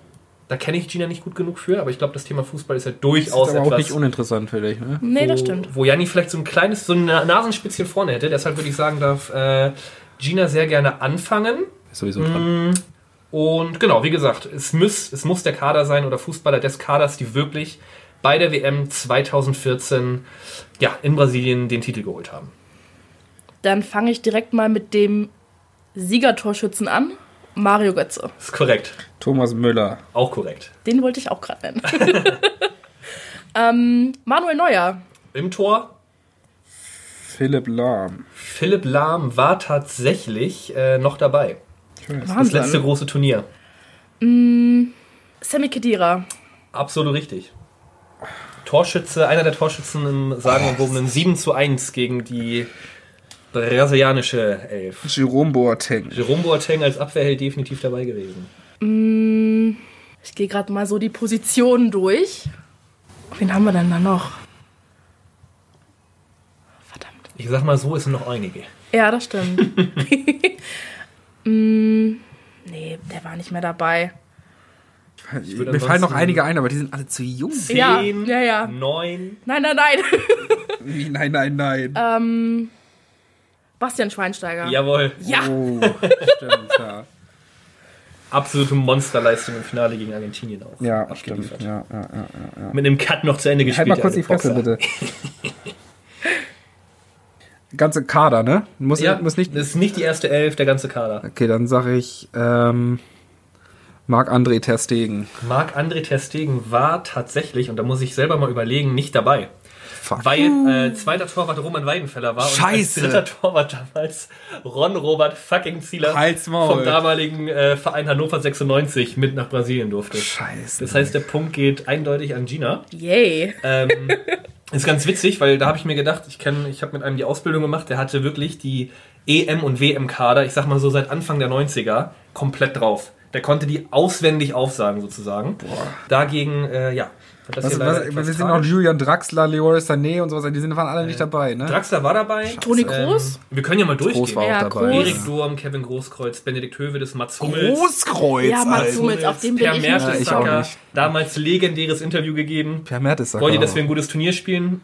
Speaker 2: da kenne ich Gina nicht gut genug für, aber ich glaube, das Thema Fußball ist ja durchaus
Speaker 3: Ist aber auch
Speaker 2: etwas,
Speaker 3: nicht uninteressant für dich, ne?
Speaker 1: nee,
Speaker 2: wo,
Speaker 1: das stimmt.
Speaker 2: wo Janni vielleicht so ein kleines, so ein Na- Nasenspitzchen vorne hätte. Deshalb würde ich sagen, darf äh, Gina sehr gerne anfangen.
Speaker 3: Ist sowieso dran.
Speaker 2: Und genau, wie gesagt, es muss, es muss der Kader sein oder Fußballer des Kaders, die wirklich bei der WM 2014 ja, in Brasilien den Titel geholt haben.
Speaker 1: Dann fange ich direkt mal mit dem Siegertorschützen an. Mario Götze.
Speaker 2: ist korrekt.
Speaker 3: Thomas Müller.
Speaker 2: Auch korrekt.
Speaker 1: Den wollte ich auch gerade nennen. ähm, Manuel Neuer.
Speaker 2: Im Tor,
Speaker 3: Philipp Lahm.
Speaker 2: Philipp Lahm war tatsächlich äh, noch dabei. Das letzte
Speaker 1: Wahnsinn.
Speaker 2: große Turnier.
Speaker 1: Sammy Kedira.
Speaker 2: Absolut richtig. Torschütze, einer der Torschützen im sagenumwobenen 7 zu 1 gegen die brasilianische Elf.
Speaker 3: Jerome Boateng.
Speaker 2: Jerome Boateng als Abwehrheld definitiv dabei gewesen.
Speaker 1: Ich gehe gerade mal so die Positionen durch. Wen haben wir denn da noch? Verdammt.
Speaker 2: Ich sag mal so, es sind noch einige.
Speaker 1: Ja, das stimmt. mm, nee, der war nicht mehr dabei.
Speaker 2: würde
Speaker 3: Mir fallen noch
Speaker 2: ansonsten-
Speaker 3: einige ein, aber die sind alle zu jung.
Speaker 1: Ja,
Speaker 2: Zehn,
Speaker 1: ja, ja.
Speaker 2: neun.
Speaker 1: Nein, nein, nein.
Speaker 3: Wie, Nein, nein, nein.
Speaker 2: Ah.
Speaker 1: ähm, Bastian Schweinsteiger.
Speaker 2: Jawohl.
Speaker 1: Ja,
Speaker 3: Oh, stimmt, ja.
Speaker 2: Absolute Monsterleistung im Finale gegen Argentinien auch.
Speaker 3: Ja,
Speaker 2: abgeliefert.
Speaker 3: stimmt. Ja, ja, ja, ja.
Speaker 2: Mit einem Cut noch zu Ende
Speaker 3: Halt
Speaker 2: gespielt.
Speaker 3: mal kurz die
Speaker 2: der
Speaker 3: Fresse,
Speaker 2: Boxer.
Speaker 3: bitte. Ganze Kader, ne? Muss,
Speaker 2: Ja,
Speaker 3: muss nicht.
Speaker 2: das ist nicht die erste Elf, der ganze Kader.
Speaker 3: Okay, dann sage ich ähm, Marc-André Terstegen.
Speaker 2: Marc-André Terstegen war tatsächlich, und da muss ich selber mal überlegen, nicht dabei.
Speaker 3: Fuck.
Speaker 1: Hm.
Speaker 2: Weil äh, zweiter Torwart Roman Weidenfeller war
Speaker 3: Scheiße.
Speaker 2: und als dritter Torwart damals Ron Robert fucking Zieler
Speaker 3: Halt's Maul.
Speaker 2: vom damaligen äh, Verein Hannover 96 mit nach Brasilien durfte.
Speaker 3: Scheiße.
Speaker 2: Das heißt, der Punkt geht eindeutig an Gina.
Speaker 1: yay.
Speaker 2: Ähm, ist ganz witzig, weil da habe ich mir gedacht, ich kenne, ich habe mit einem die Ausbildung gemacht, der hatte wirklich die EM und WM Kader, ich sag mal so seit Anfang der 90er komplett drauf. Der konnte die auswendig aufsagen sozusagen. Dagegen äh, ja, hat das
Speaker 3: was,
Speaker 2: hier leider
Speaker 3: was,
Speaker 2: etwas
Speaker 3: wir sind noch
Speaker 2: tragisch.
Speaker 3: Julian Draxler, Leoris Sané und sowas. Die sind waren alle nicht dabei, ne?
Speaker 2: Draxler war dabei. Ähm,
Speaker 1: Toni Kroos?
Speaker 2: wir können ja mal
Speaker 3: Groß war
Speaker 2: durchgehen.
Speaker 1: Ja,
Speaker 3: auch dabei.
Speaker 1: Groß.
Speaker 2: Erik Durm, Kevin Großkreuz, Benedikt Hövedes, Mats Hummels.
Speaker 3: Großkreuz,
Speaker 1: ja, Mats
Speaker 3: Alter.
Speaker 1: Hummels, auf dem bin
Speaker 2: Per
Speaker 1: ich nicht
Speaker 2: Mertesacker,
Speaker 1: gekommen.
Speaker 3: auch nicht.
Speaker 2: damals legendäres Interview gegeben.
Speaker 3: Per Mertesacker.
Speaker 2: Wollt ihr, dass wir ein gutes Turnier spielen?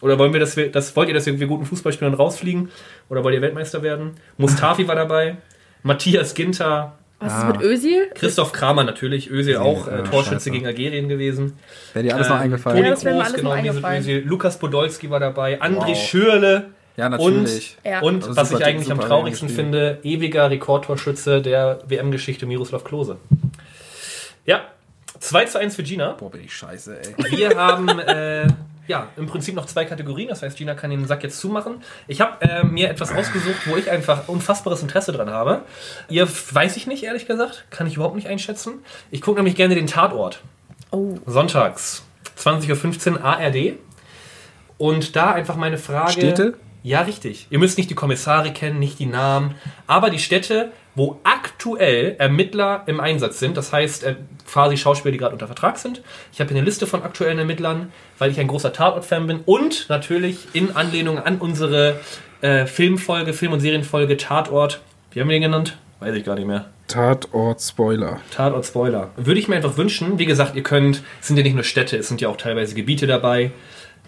Speaker 2: Oder wollen wir, dass wir, das, wollt ihr, dass wir wir guten Fußballspielern rausfliegen? Oder wollt ihr Weltmeister werden? Mustafi war dabei, Matthias Ginter,
Speaker 1: Was ist mit Özil?
Speaker 2: Christoph Kramer natürlich, Özil auch, äh,
Speaker 3: ja,
Speaker 2: Torschütze
Speaker 3: scheiße.
Speaker 2: gegen Algerien gewesen.
Speaker 3: Wäre dir alles noch
Speaker 2: Ähm,
Speaker 3: eingefallen?
Speaker 1: Ja, das wäre mir
Speaker 2: Groß,
Speaker 1: alles
Speaker 2: genau,
Speaker 1: noch
Speaker 2: Mesut
Speaker 1: eingefallen.
Speaker 2: Özil, Lukas Podolski war dabei, André
Speaker 3: Wow.
Speaker 2: Schürle.
Speaker 3: Ja,
Speaker 2: Und,
Speaker 3: natürlich.
Speaker 1: Ja.
Speaker 2: und
Speaker 3: Also
Speaker 2: was
Speaker 3: super
Speaker 2: ich eigentlich
Speaker 3: Team,
Speaker 2: am
Speaker 3: super
Speaker 2: traurigsten
Speaker 3: Team.
Speaker 2: finde, ewiger Rekordtorschütze der WM-Geschichte Miroslav Klose. Ja, 2 zu 1 für Gina.
Speaker 3: Boah, bin ich scheiße, ey.
Speaker 2: Wir haben äh, ja im Prinzip noch zwei Kategorien. Das heißt, Gina kann den Sack jetzt zumachen. Ich habe äh, mir etwas ausgesucht, wo ich einfach unfassbares Interesse dran habe. Ihr f- weiß ich nicht, ehrlich gesagt. Kann ich überhaupt nicht einschätzen. Ich gucke nämlich gerne den Tatort.
Speaker 1: Oh.
Speaker 2: Sonntags, 20.15 Uhr ARD. Und da einfach meine Frage.
Speaker 3: Städte?
Speaker 2: Ja, richtig. Ihr müsst nicht die Kommissare kennen, nicht die Namen, aber die Städte, wo aktuell Ermittler im Einsatz sind. Das heißt, äh, quasi Schauspieler, die gerade unter Vertrag sind. Ich habe hier eine Liste von aktuellen Ermittlern, weil ich ein großer Tatort-Fan bin. Und natürlich in Anlehnung an unsere äh, Filmfolge, Film- und Serienfolge Tatort. Wie haben wir den genannt? Weiß ich gar nicht mehr.
Speaker 3: Tatort Spoiler.
Speaker 2: Tatort Spoiler. Würde ich mir einfach wünschen, wie gesagt, ihr könnt, es sind ja nicht nur Städte, es sind ja auch teilweise Gebiete dabei.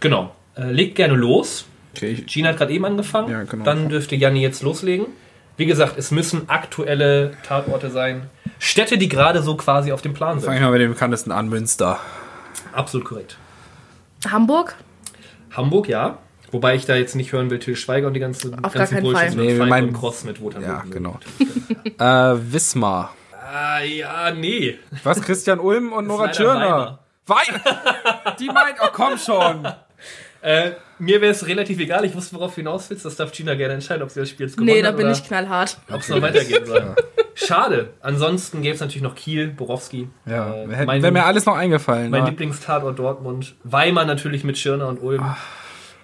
Speaker 2: Genau. Äh, legt gerne los.
Speaker 3: Okay, ich,
Speaker 2: Gina hat gerade eben angefangen.
Speaker 3: Ja, genau.
Speaker 2: Dann dürfte Janni jetzt loslegen. Wie gesagt, es müssen aktuelle Tatorte sein. Städte, die gerade so quasi auf dem Plan
Speaker 3: fang ich
Speaker 2: sind.
Speaker 3: mal mit dem bekanntesten an, Münster.
Speaker 2: Absolut korrekt.
Speaker 1: Hamburg?
Speaker 2: Hamburg, ja. Wobei ich da jetzt nicht hören will, Till Schweiger und die ganze,
Speaker 1: Auf gar
Speaker 2: ganzen
Speaker 1: keinen Fall.
Speaker 2: sondern
Speaker 3: Nee, wir
Speaker 2: Falk
Speaker 3: meinen-
Speaker 2: und Cross mit Wotan
Speaker 3: Ja,
Speaker 2: Wilken.
Speaker 3: genau. äh, Wismar.
Speaker 2: Ah, ja, nee.
Speaker 3: Was, Christian Ulm und Nora
Speaker 2: leider
Speaker 3: Tschirner? Wein! Die meint, oh komm schon!
Speaker 2: Äh, mir wäre es relativ egal. Ich wusste, worauf du hinaus willst. Das darf Gina gerne entscheiden, ob sie das Spiel jetzt gewonnen
Speaker 1: Nee, da
Speaker 2: hat
Speaker 1: bin
Speaker 2: oder
Speaker 1: ich knallhart.
Speaker 2: ob es noch weitergehen soll. Schade. Ansonsten gäbe es natürlich noch Kiel, Borowski.
Speaker 3: Ja,
Speaker 2: äh,
Speaker 3: wäre
Speaker 2: mein,
Speaker 3: wär mir alles noch eingefallen. ne?
Speaker 2: mein
Speaker 3: aber-
Speaker 2: Lieblingstatort Dortmund. Weimar natürlich mit Schirner und Ulm.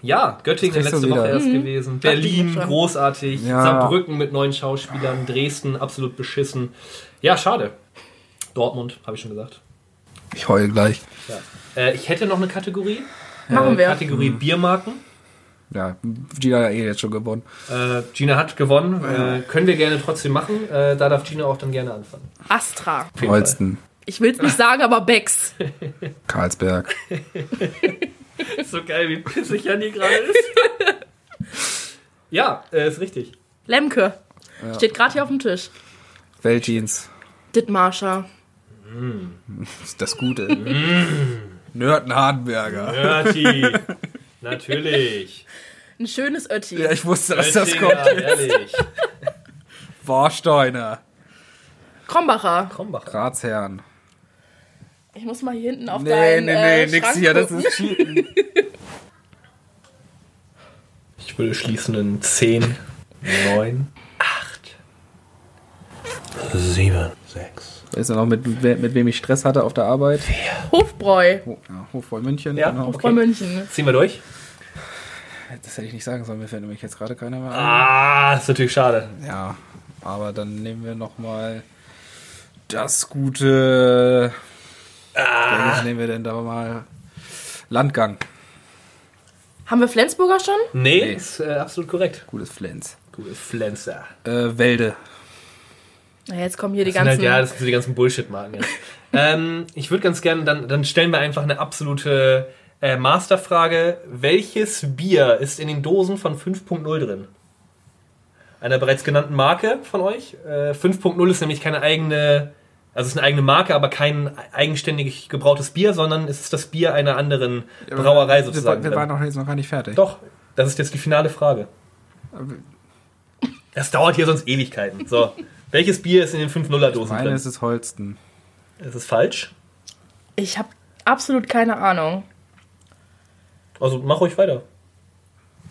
Speaker 2: Ja, Göttingen ja
Speaker 3: Das kriegst
Speaker 2: letzte
Speaker 3: Ah. du
Speaker 2: Woche
Speaker 3: wieder.
Speaker 2: erst gewesen.
Speaker 1: Mhm. ich
Speaker 2: Berlin,
Speaker 1: schon.
Speaker 2: großartig.
Speaker 3: Ja.
Speaker 2: Saarbrücken mit neuen Schauspielern. Dresden, absolut beschissen. Ja, schade. Dortmund, habe ich schon gesagt.
Speaker 3: ich heul gleich.
Speaker 2: Ja. Äh, ich hätte noch eine Kategorie.
Speaker 1: Machen
Speaker 2: äh,
Speaker 1: wir.
Speaker 2: Kategorie
Speaker 3: Mhm.
Speaker 2: Biermarken.
Speaker 3: Ja, Gina hat ja eh jetzt schon gewonnen.
Speaker 2: Äh, Gina hat gewonnen. Äh, können wir gerne trotzdem machen. Äh, da darf Gina auch dann gerne anfangen.
Speaker 1: Astra.
Speaker 2: Auf jeden Fall.
Speaker 3: Holsten,
Speaker 1: Ich will's nicht sagen, aber Becks.
Speaker 3: Karlsberg.
Speaker 2: Ist so geil, wie pissig Janni gerade ist. ja, äh, ist richtig.
Speaker 1: Lemke. Steht gerade hier auf dem Tisch.
Speaker 3: Welljeans.
Speaker 1: Dittmarscher.
Speaker 3: Das Gute. Nörten Hardenberger.
Speaker 2: Dirty. Natürlich.
Speaker 1: Ein schönes Ötti.
Speaker 3: Ja, ich wusste, dass das
Speaker 2: Oettinger,
Speaker 3: kommt.
Speaker 2: Ehrlich.
Speaker 3: Warsteiner.
Speaker 1: Krombacher.
Speaker 2: Krombach.
Speaker 3: Ratsherrn.
Speaker 1: Ich muss mal hier hinten auf
Speaker 3: Nee,
Speaker 1: deinen
Speaker 3: nee, nee,
Speaker 1: äh,
Speaker 3: nix
Speaker 1: Schrank
Speaker 3: hier, das
Speaker 1: gucken.
Speaker 3: ist Cheaten.
Speaker 2: Ich würde schließen in 10, 9, 8, 7, 6.
Speaker 3: Weißt du noch, mit, we- mit wem ich Stress hatte auf der Arbeit?
Speaker 1: Hofbräu.
Speaker 3: Ho- ja, Hofbräu München.
Speaker 2: Ja.
Speaker 3: genau.
Speaker 1: Hofbräu München.
Speaker 2: Ziehen wir durch?
Speaker 3: Äh, Das hätte ich nicht sagen sollen, mir fällt nämlich jetzt gerade keiner mehr ein.
Speaker 2: Ah, ist natürlich schade.
Speaker 3: Ja, aber dann nehmen wir nochmal das gute...
Speaker 2: Ah.
Speaker 3: Welches nehmen wir denn da mal? Landgang.
Speaker 1: Haben wir Flensburger schon?
Speaker 2: Nee, ist äh, absolut korrekt.
Speaker 3: Gutes Flens.
Speaker 2: Gute Pflanzer.
Speaker 3: Äh, Wälde.
Speaker 1: Na, jetzt kommen hier die
Speaker 2: Das sind
Speaker 1: ganzen.
Speaker 2: Halt, ja, das sind so die ganzen Bullshit-Marken jetzt. ähm, ich würde ganz gerne, dann, dann stellen wir einfach eine absolute äh, Masterfrage. Welches Bier ist in den Dosen von 5.0 drin? Einer bereits genannten Marke von euch. Äh, 5.0 ist nämlich keine eigene, also es ist eine eigene Marke, aber kein eigenständig gebrautes Bier, sondern es ist das Bier einer anderen Brauerei sozusagen.
Speaker 3: Wir, wir
Speaker 2: drin.
Speaker 3: waren noch jetzt noch gar nicht fertig.
Speaker 2: Doch, das ist jetzt die finale Frage. Das dauert hier sonst Ewigkeiten. So. Welches Bier ist in den 5-0er-Dosen drin?
Speaker 3: Meine ist es Holsten.
Speaker 2: Es ist falsch.
Speaker 1: Ich habe absolut keine Ahnung.
Speaker 2: Also mach ruhig weiter.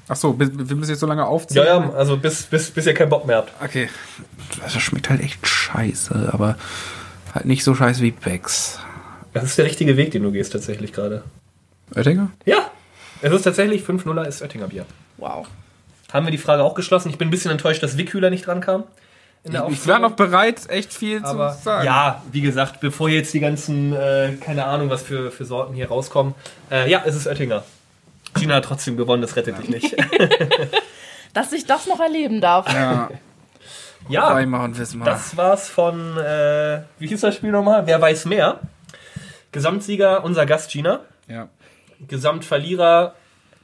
Speaker 3: Ach so, bis- wir müssen jetzt so lange
Speaker 2: Ja,
Speaker 3: aufziehen.
Speaker 2: ja, also bis, bis, bis ihr keinen Bock mehr habt.
Speaker 3: Okay. Das schmeckt halt echt scheiße, aber halt nicht so scheiße wie Becks.
Speaker 2: Das ist der richtige Weg, den du gehst tatsächlich gerade.
Speaker 3: Oettinger?
Speaker 2: Ja, es ist tatsächlich 5-0er ist Oettinger Bier.
Speaker 1: Wow.
Speaker 2: Haben wir die Frage auch geschlossen. Ich bin ein bisschen enttäuscht, dass Wickhüler nicht drankam. In
Speaker 3: Ich
Speaker 2: der
Speaker 3: war
Speaker 2: Aufstellung.
Speaker 3: noch bereit, echt viel
Speaker 2: Aber
Speaker 3: zu sagen.
Speaker 2: ja, wie gesagt, bevor jetzt die ganzen, äh, keine Ahnung, was für, für Sorten hier rauskommen. Äh, ja, es ist Oettinger. Gina hat trotzdem gewonnen, das rettet dich nicht.
Speaker 1: Dass ich das noch erleben darf.
Speaker 3: Ja,
Speaker 2: ja,
Speaker 3: Weimar und Wismar.
Speaker 2: Ah. Das war's von, äh, wie hieß das Spiel nochmal? Wer weiß mehr? Gesamtsieger, unser Gast Gina.
Speaker 3: ja.
Speaker 2: Gesamtverlierer,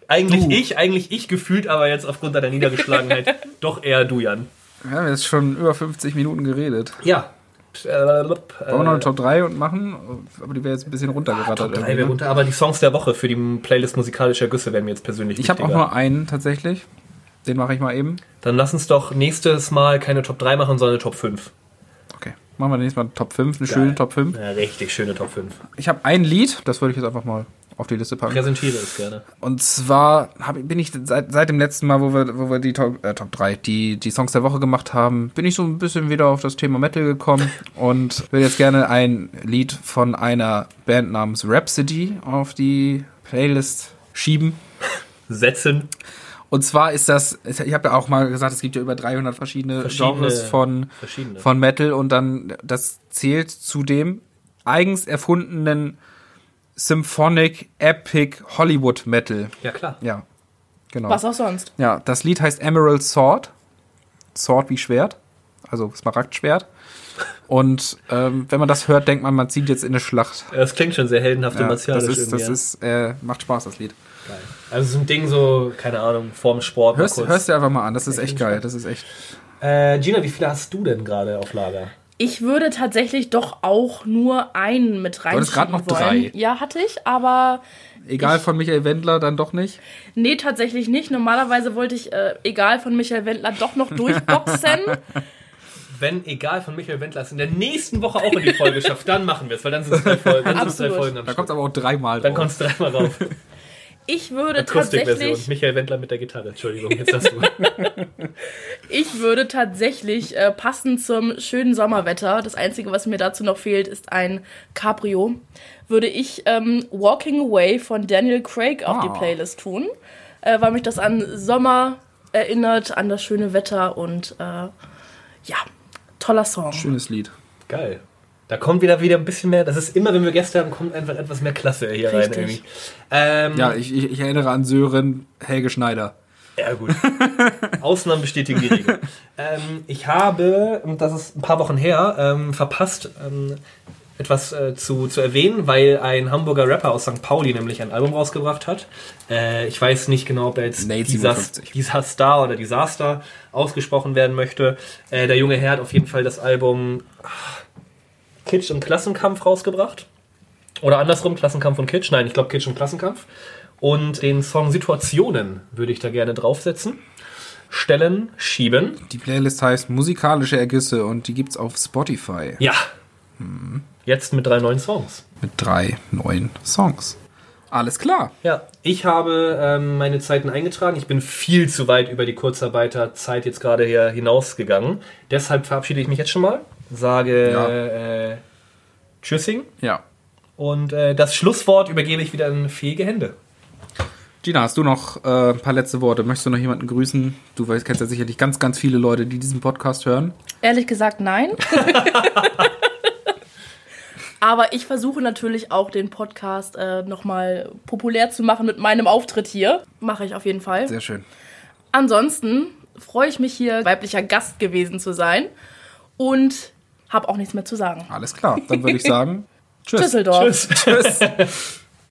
Speaker 2: eigentlich
Speaker 3: Du.
Speaker 2: ich, eigentlich ich gefühlt, aber jetzt aufgrund deiner Niedergeschlagenheit doch eher du, Jan.
Speaker 3: Wir haben jetzt schon über 50 Minuten geredet.
Speaker 2: Ja. Äh,
Speaker 3: Wollen wir noch eine
Speaker 2: äh, Ah,
Speaker 3: Top 3 und machen? Aber die wäre jetzt ein bisschen runtergerattert.
Speaker 2: Top drei
Speaker 3: irgendwie,
Speaker 2: wäre
Speaker 3: ne?
Speaker 2: runter, aber die Songs der Woche für die Playlist musikalischer Güsse werden mir jetzt persönlich
Speaker 3: Ich habe auch
Speaker 2: wichtiger.
Speaker 3: nur einen tatsächlich. Den mache ich mal eben.
Speaker 2: Dann lass uns doch nächstes Mal keine Top 3 machen, sondern eine Top 5.
Speaker 3: Okay. Machen wir nächstes Mal Top 5, eine schöne Top 5.
Speaker 2: Ja, richtig schöne Top 5.
Speaker 3: Ich habe ein Lied, das würde ich jetzt einfach mal auf die Liste packen.
Speaker 2: Präsentiere es gerne.
Speaker 3: Und zwar hab, bin ich seit, seit dem letzten Mal, wo wir, wo wir die Top, äh, Top 3, die, die Songs der Woche gemacht haben, bin ich so ein bisschen wieder auf das Thema Metal gekommen und will jetzt gerne ein Lied von einer Band namens Rhapsody auf die Playlist schieben.
Speaker 2: Setzen.
Speaker 3: Und zwar ist das, ich habe ja auch mal gesagt, es gibt ja über 300 verschiedene,
Speaker 2: Verschiedene-
Speaker 3: Genres von,
Speaker 2: verschiedene.
Speaker 3: von Metal und dann, das zählt zu dem eigens erfundenen Symphonic Epic Hollywood Metal.
Speaker 2: Ja, klar.
Speaker 3: Ja, genau.
Speaker 1: Was auch sonst.
Speaker 3: Ja, das Lied heißt Emerald Sword. Sword wie Schwert. Also Smaragdschwert. Und ähm, wenn man das hört, denkt man, man zieht jetzt in eine Schlacht.
Speaker 2: Das klingt schon sehr heldenhaft und
Speaker 3: Ja, das
Speaker 2: martialisch
Speaker 3: ist,
Speaker 2: irgendwie.
Speaker 3: das ist, äh, macht Spaß, das Lied.
Speaker 2: Geil. Also so ein Ding so, keine Ahnung, vorm Sport
Speaker 3: Hörst,
Speaker 2: mal kurz.
Speaker 3: hörst dir einfach mal an, das ist echt
Speaker 2: klingt
Speaker 3: geil. Das ist echt.
Speaker 2: Äh, Gina, wie viele hast du denn gerade auf Lager?
Speaker 1: Ich würde tatsächlich doch auch nur einen mit rein.
Speaker 3: hattest grad noch drei.
Speaker 1: Ja, hatte ich, aber
Speaker 3: Egal von Michael Wendler, dann doch nicht.
Speaker 1: nee, tatsächlich nicht. Normalerweise wollte ich, äh, egal von Michael Wendler, doch noch durchboxen.
Speaker 2: Wenn, egal von Michael Wendler, es in der nächsten Woche auch in die Folge schafft, dann machen wir es, weil dann sind es drei Folgen, dann sind es drei
Speaker 1: Absolut.
Speaker 2: Folgen am
Speaker 3: Da kommt
Speaker 2: Stück.
Speaker 3: aber auch dreimal
Speaker 2: Dann
Speaker 3: drauf.
Speaker 2: kommst du dreimal rauf.
Speaker 1: Ich würde
Speaker 2: Akustikversion.
Speaker 1: tatsächlich,
Speaker 2: Michael Wendler mit der Gitarre. Entschuldigung, jetzt hast du.
Speaker 1: ich würde tatsächlich äh, passend zum schönen Sommerwetter, das Einzige, was mir dazu noch fehlt, ist ein Cabrio, würde ich ähm, Walking Away von Daniel Craig auf
Speaker 3: Ah.
Speaker 1: die Playlist tun, äh, weil mich das an Sommer erinnert, an das schöne Wetter und äh, ja, toller Song.
Speaker 3: Schönes Lied.
Speaker 2: Geil. Da kommt wieder wieder ein bisschen mehr. Das ist immer, wenn wir Gäste haben, kommt einfach etwas mehr Klasse hier rein.
Speaker 1: Richtig.
Speaker 2: Irgendwie. Ähm,
Speaker 3: Ja, ich, ich, ich erinnere an Sören Helge Schneider.
Speaker 2: Ja, gut. Ausnahmen bestätigen die Regel. ähm, ich habe, und das ist ein paar Wochen her, ähm, verpasst, ähm, etwas äh, zu, zu erwähnen, weil ein Hamburger Rapper aus St. Pauli nämlich ein Album rausgebracht hat. Äh, ich weiß nicht genau, ob er jetzt
Speaker 3: Nate
Speaker 2: dieser,
Speaker 3: 57.
Speaker 2: dieser Star oder Disaster ausgesprochen werden möchte. Äh, der junge Herr hat auf jeden Fall das Album ah, Kitsch und Klassenkampf rausgebracht. Oder andersrum, Klassenkampf und Kitsch. Nein, ich glaube Kitsch und Klassenkampf. Und den Song Situationen würde ich da gerne draufsetzen. Stellen, schieben.
Speaker 3: Die Playlist heißt Musikalische Ergüsse und die gibt's auf Spotify.
Speaker 2: Ja. Hm. Jetzt mit drei neuen Songs.
Speaker 3: Mit drei neuen Songs. Alles klar.
Speaker 2: Ja, ich habe ähm, meine Zeiten eingetragen. Ich bin viel zu weit über die Kurzarbeiterzeit jetzt gerade hier hinausgegangen. Deshalb verabschiede ich mich jetzt schon mal. Sage äh, Tschüssing.
Speaker 3: Ja.
Speaker 2: Und äh, das Schlusswort übergebe ich wieder in fähige Hände.
Speaker 3: Gina, hast du noch äh, ein paar letzte Worte? Möchtest du noch jemanden grüßen? Du weißt, kennst ja sicherlich ganz, ganz viele Leute, die diesen Podcast hören.
Speaker 1: Ehrlich gesagt, nein. Aber ich versuche natürlich auch den Podcast äh, nochmal populär zu machen mit meinem Auftritt hier. Mache ich auf jeden Fall.
Speaker 3: Sehr schön.
Speaker 1: Ansonsten freue ich mich hier weiblicher Gast gewesen zu sein und habe auch nichts mehr zu sagen.
Speaker 3: Alles klar. Dann würde ich sagen, tschüss.
Speaker 1: Düsseldorf.
Speaker 2: Tschüss.
Speaker 3: Tschüss.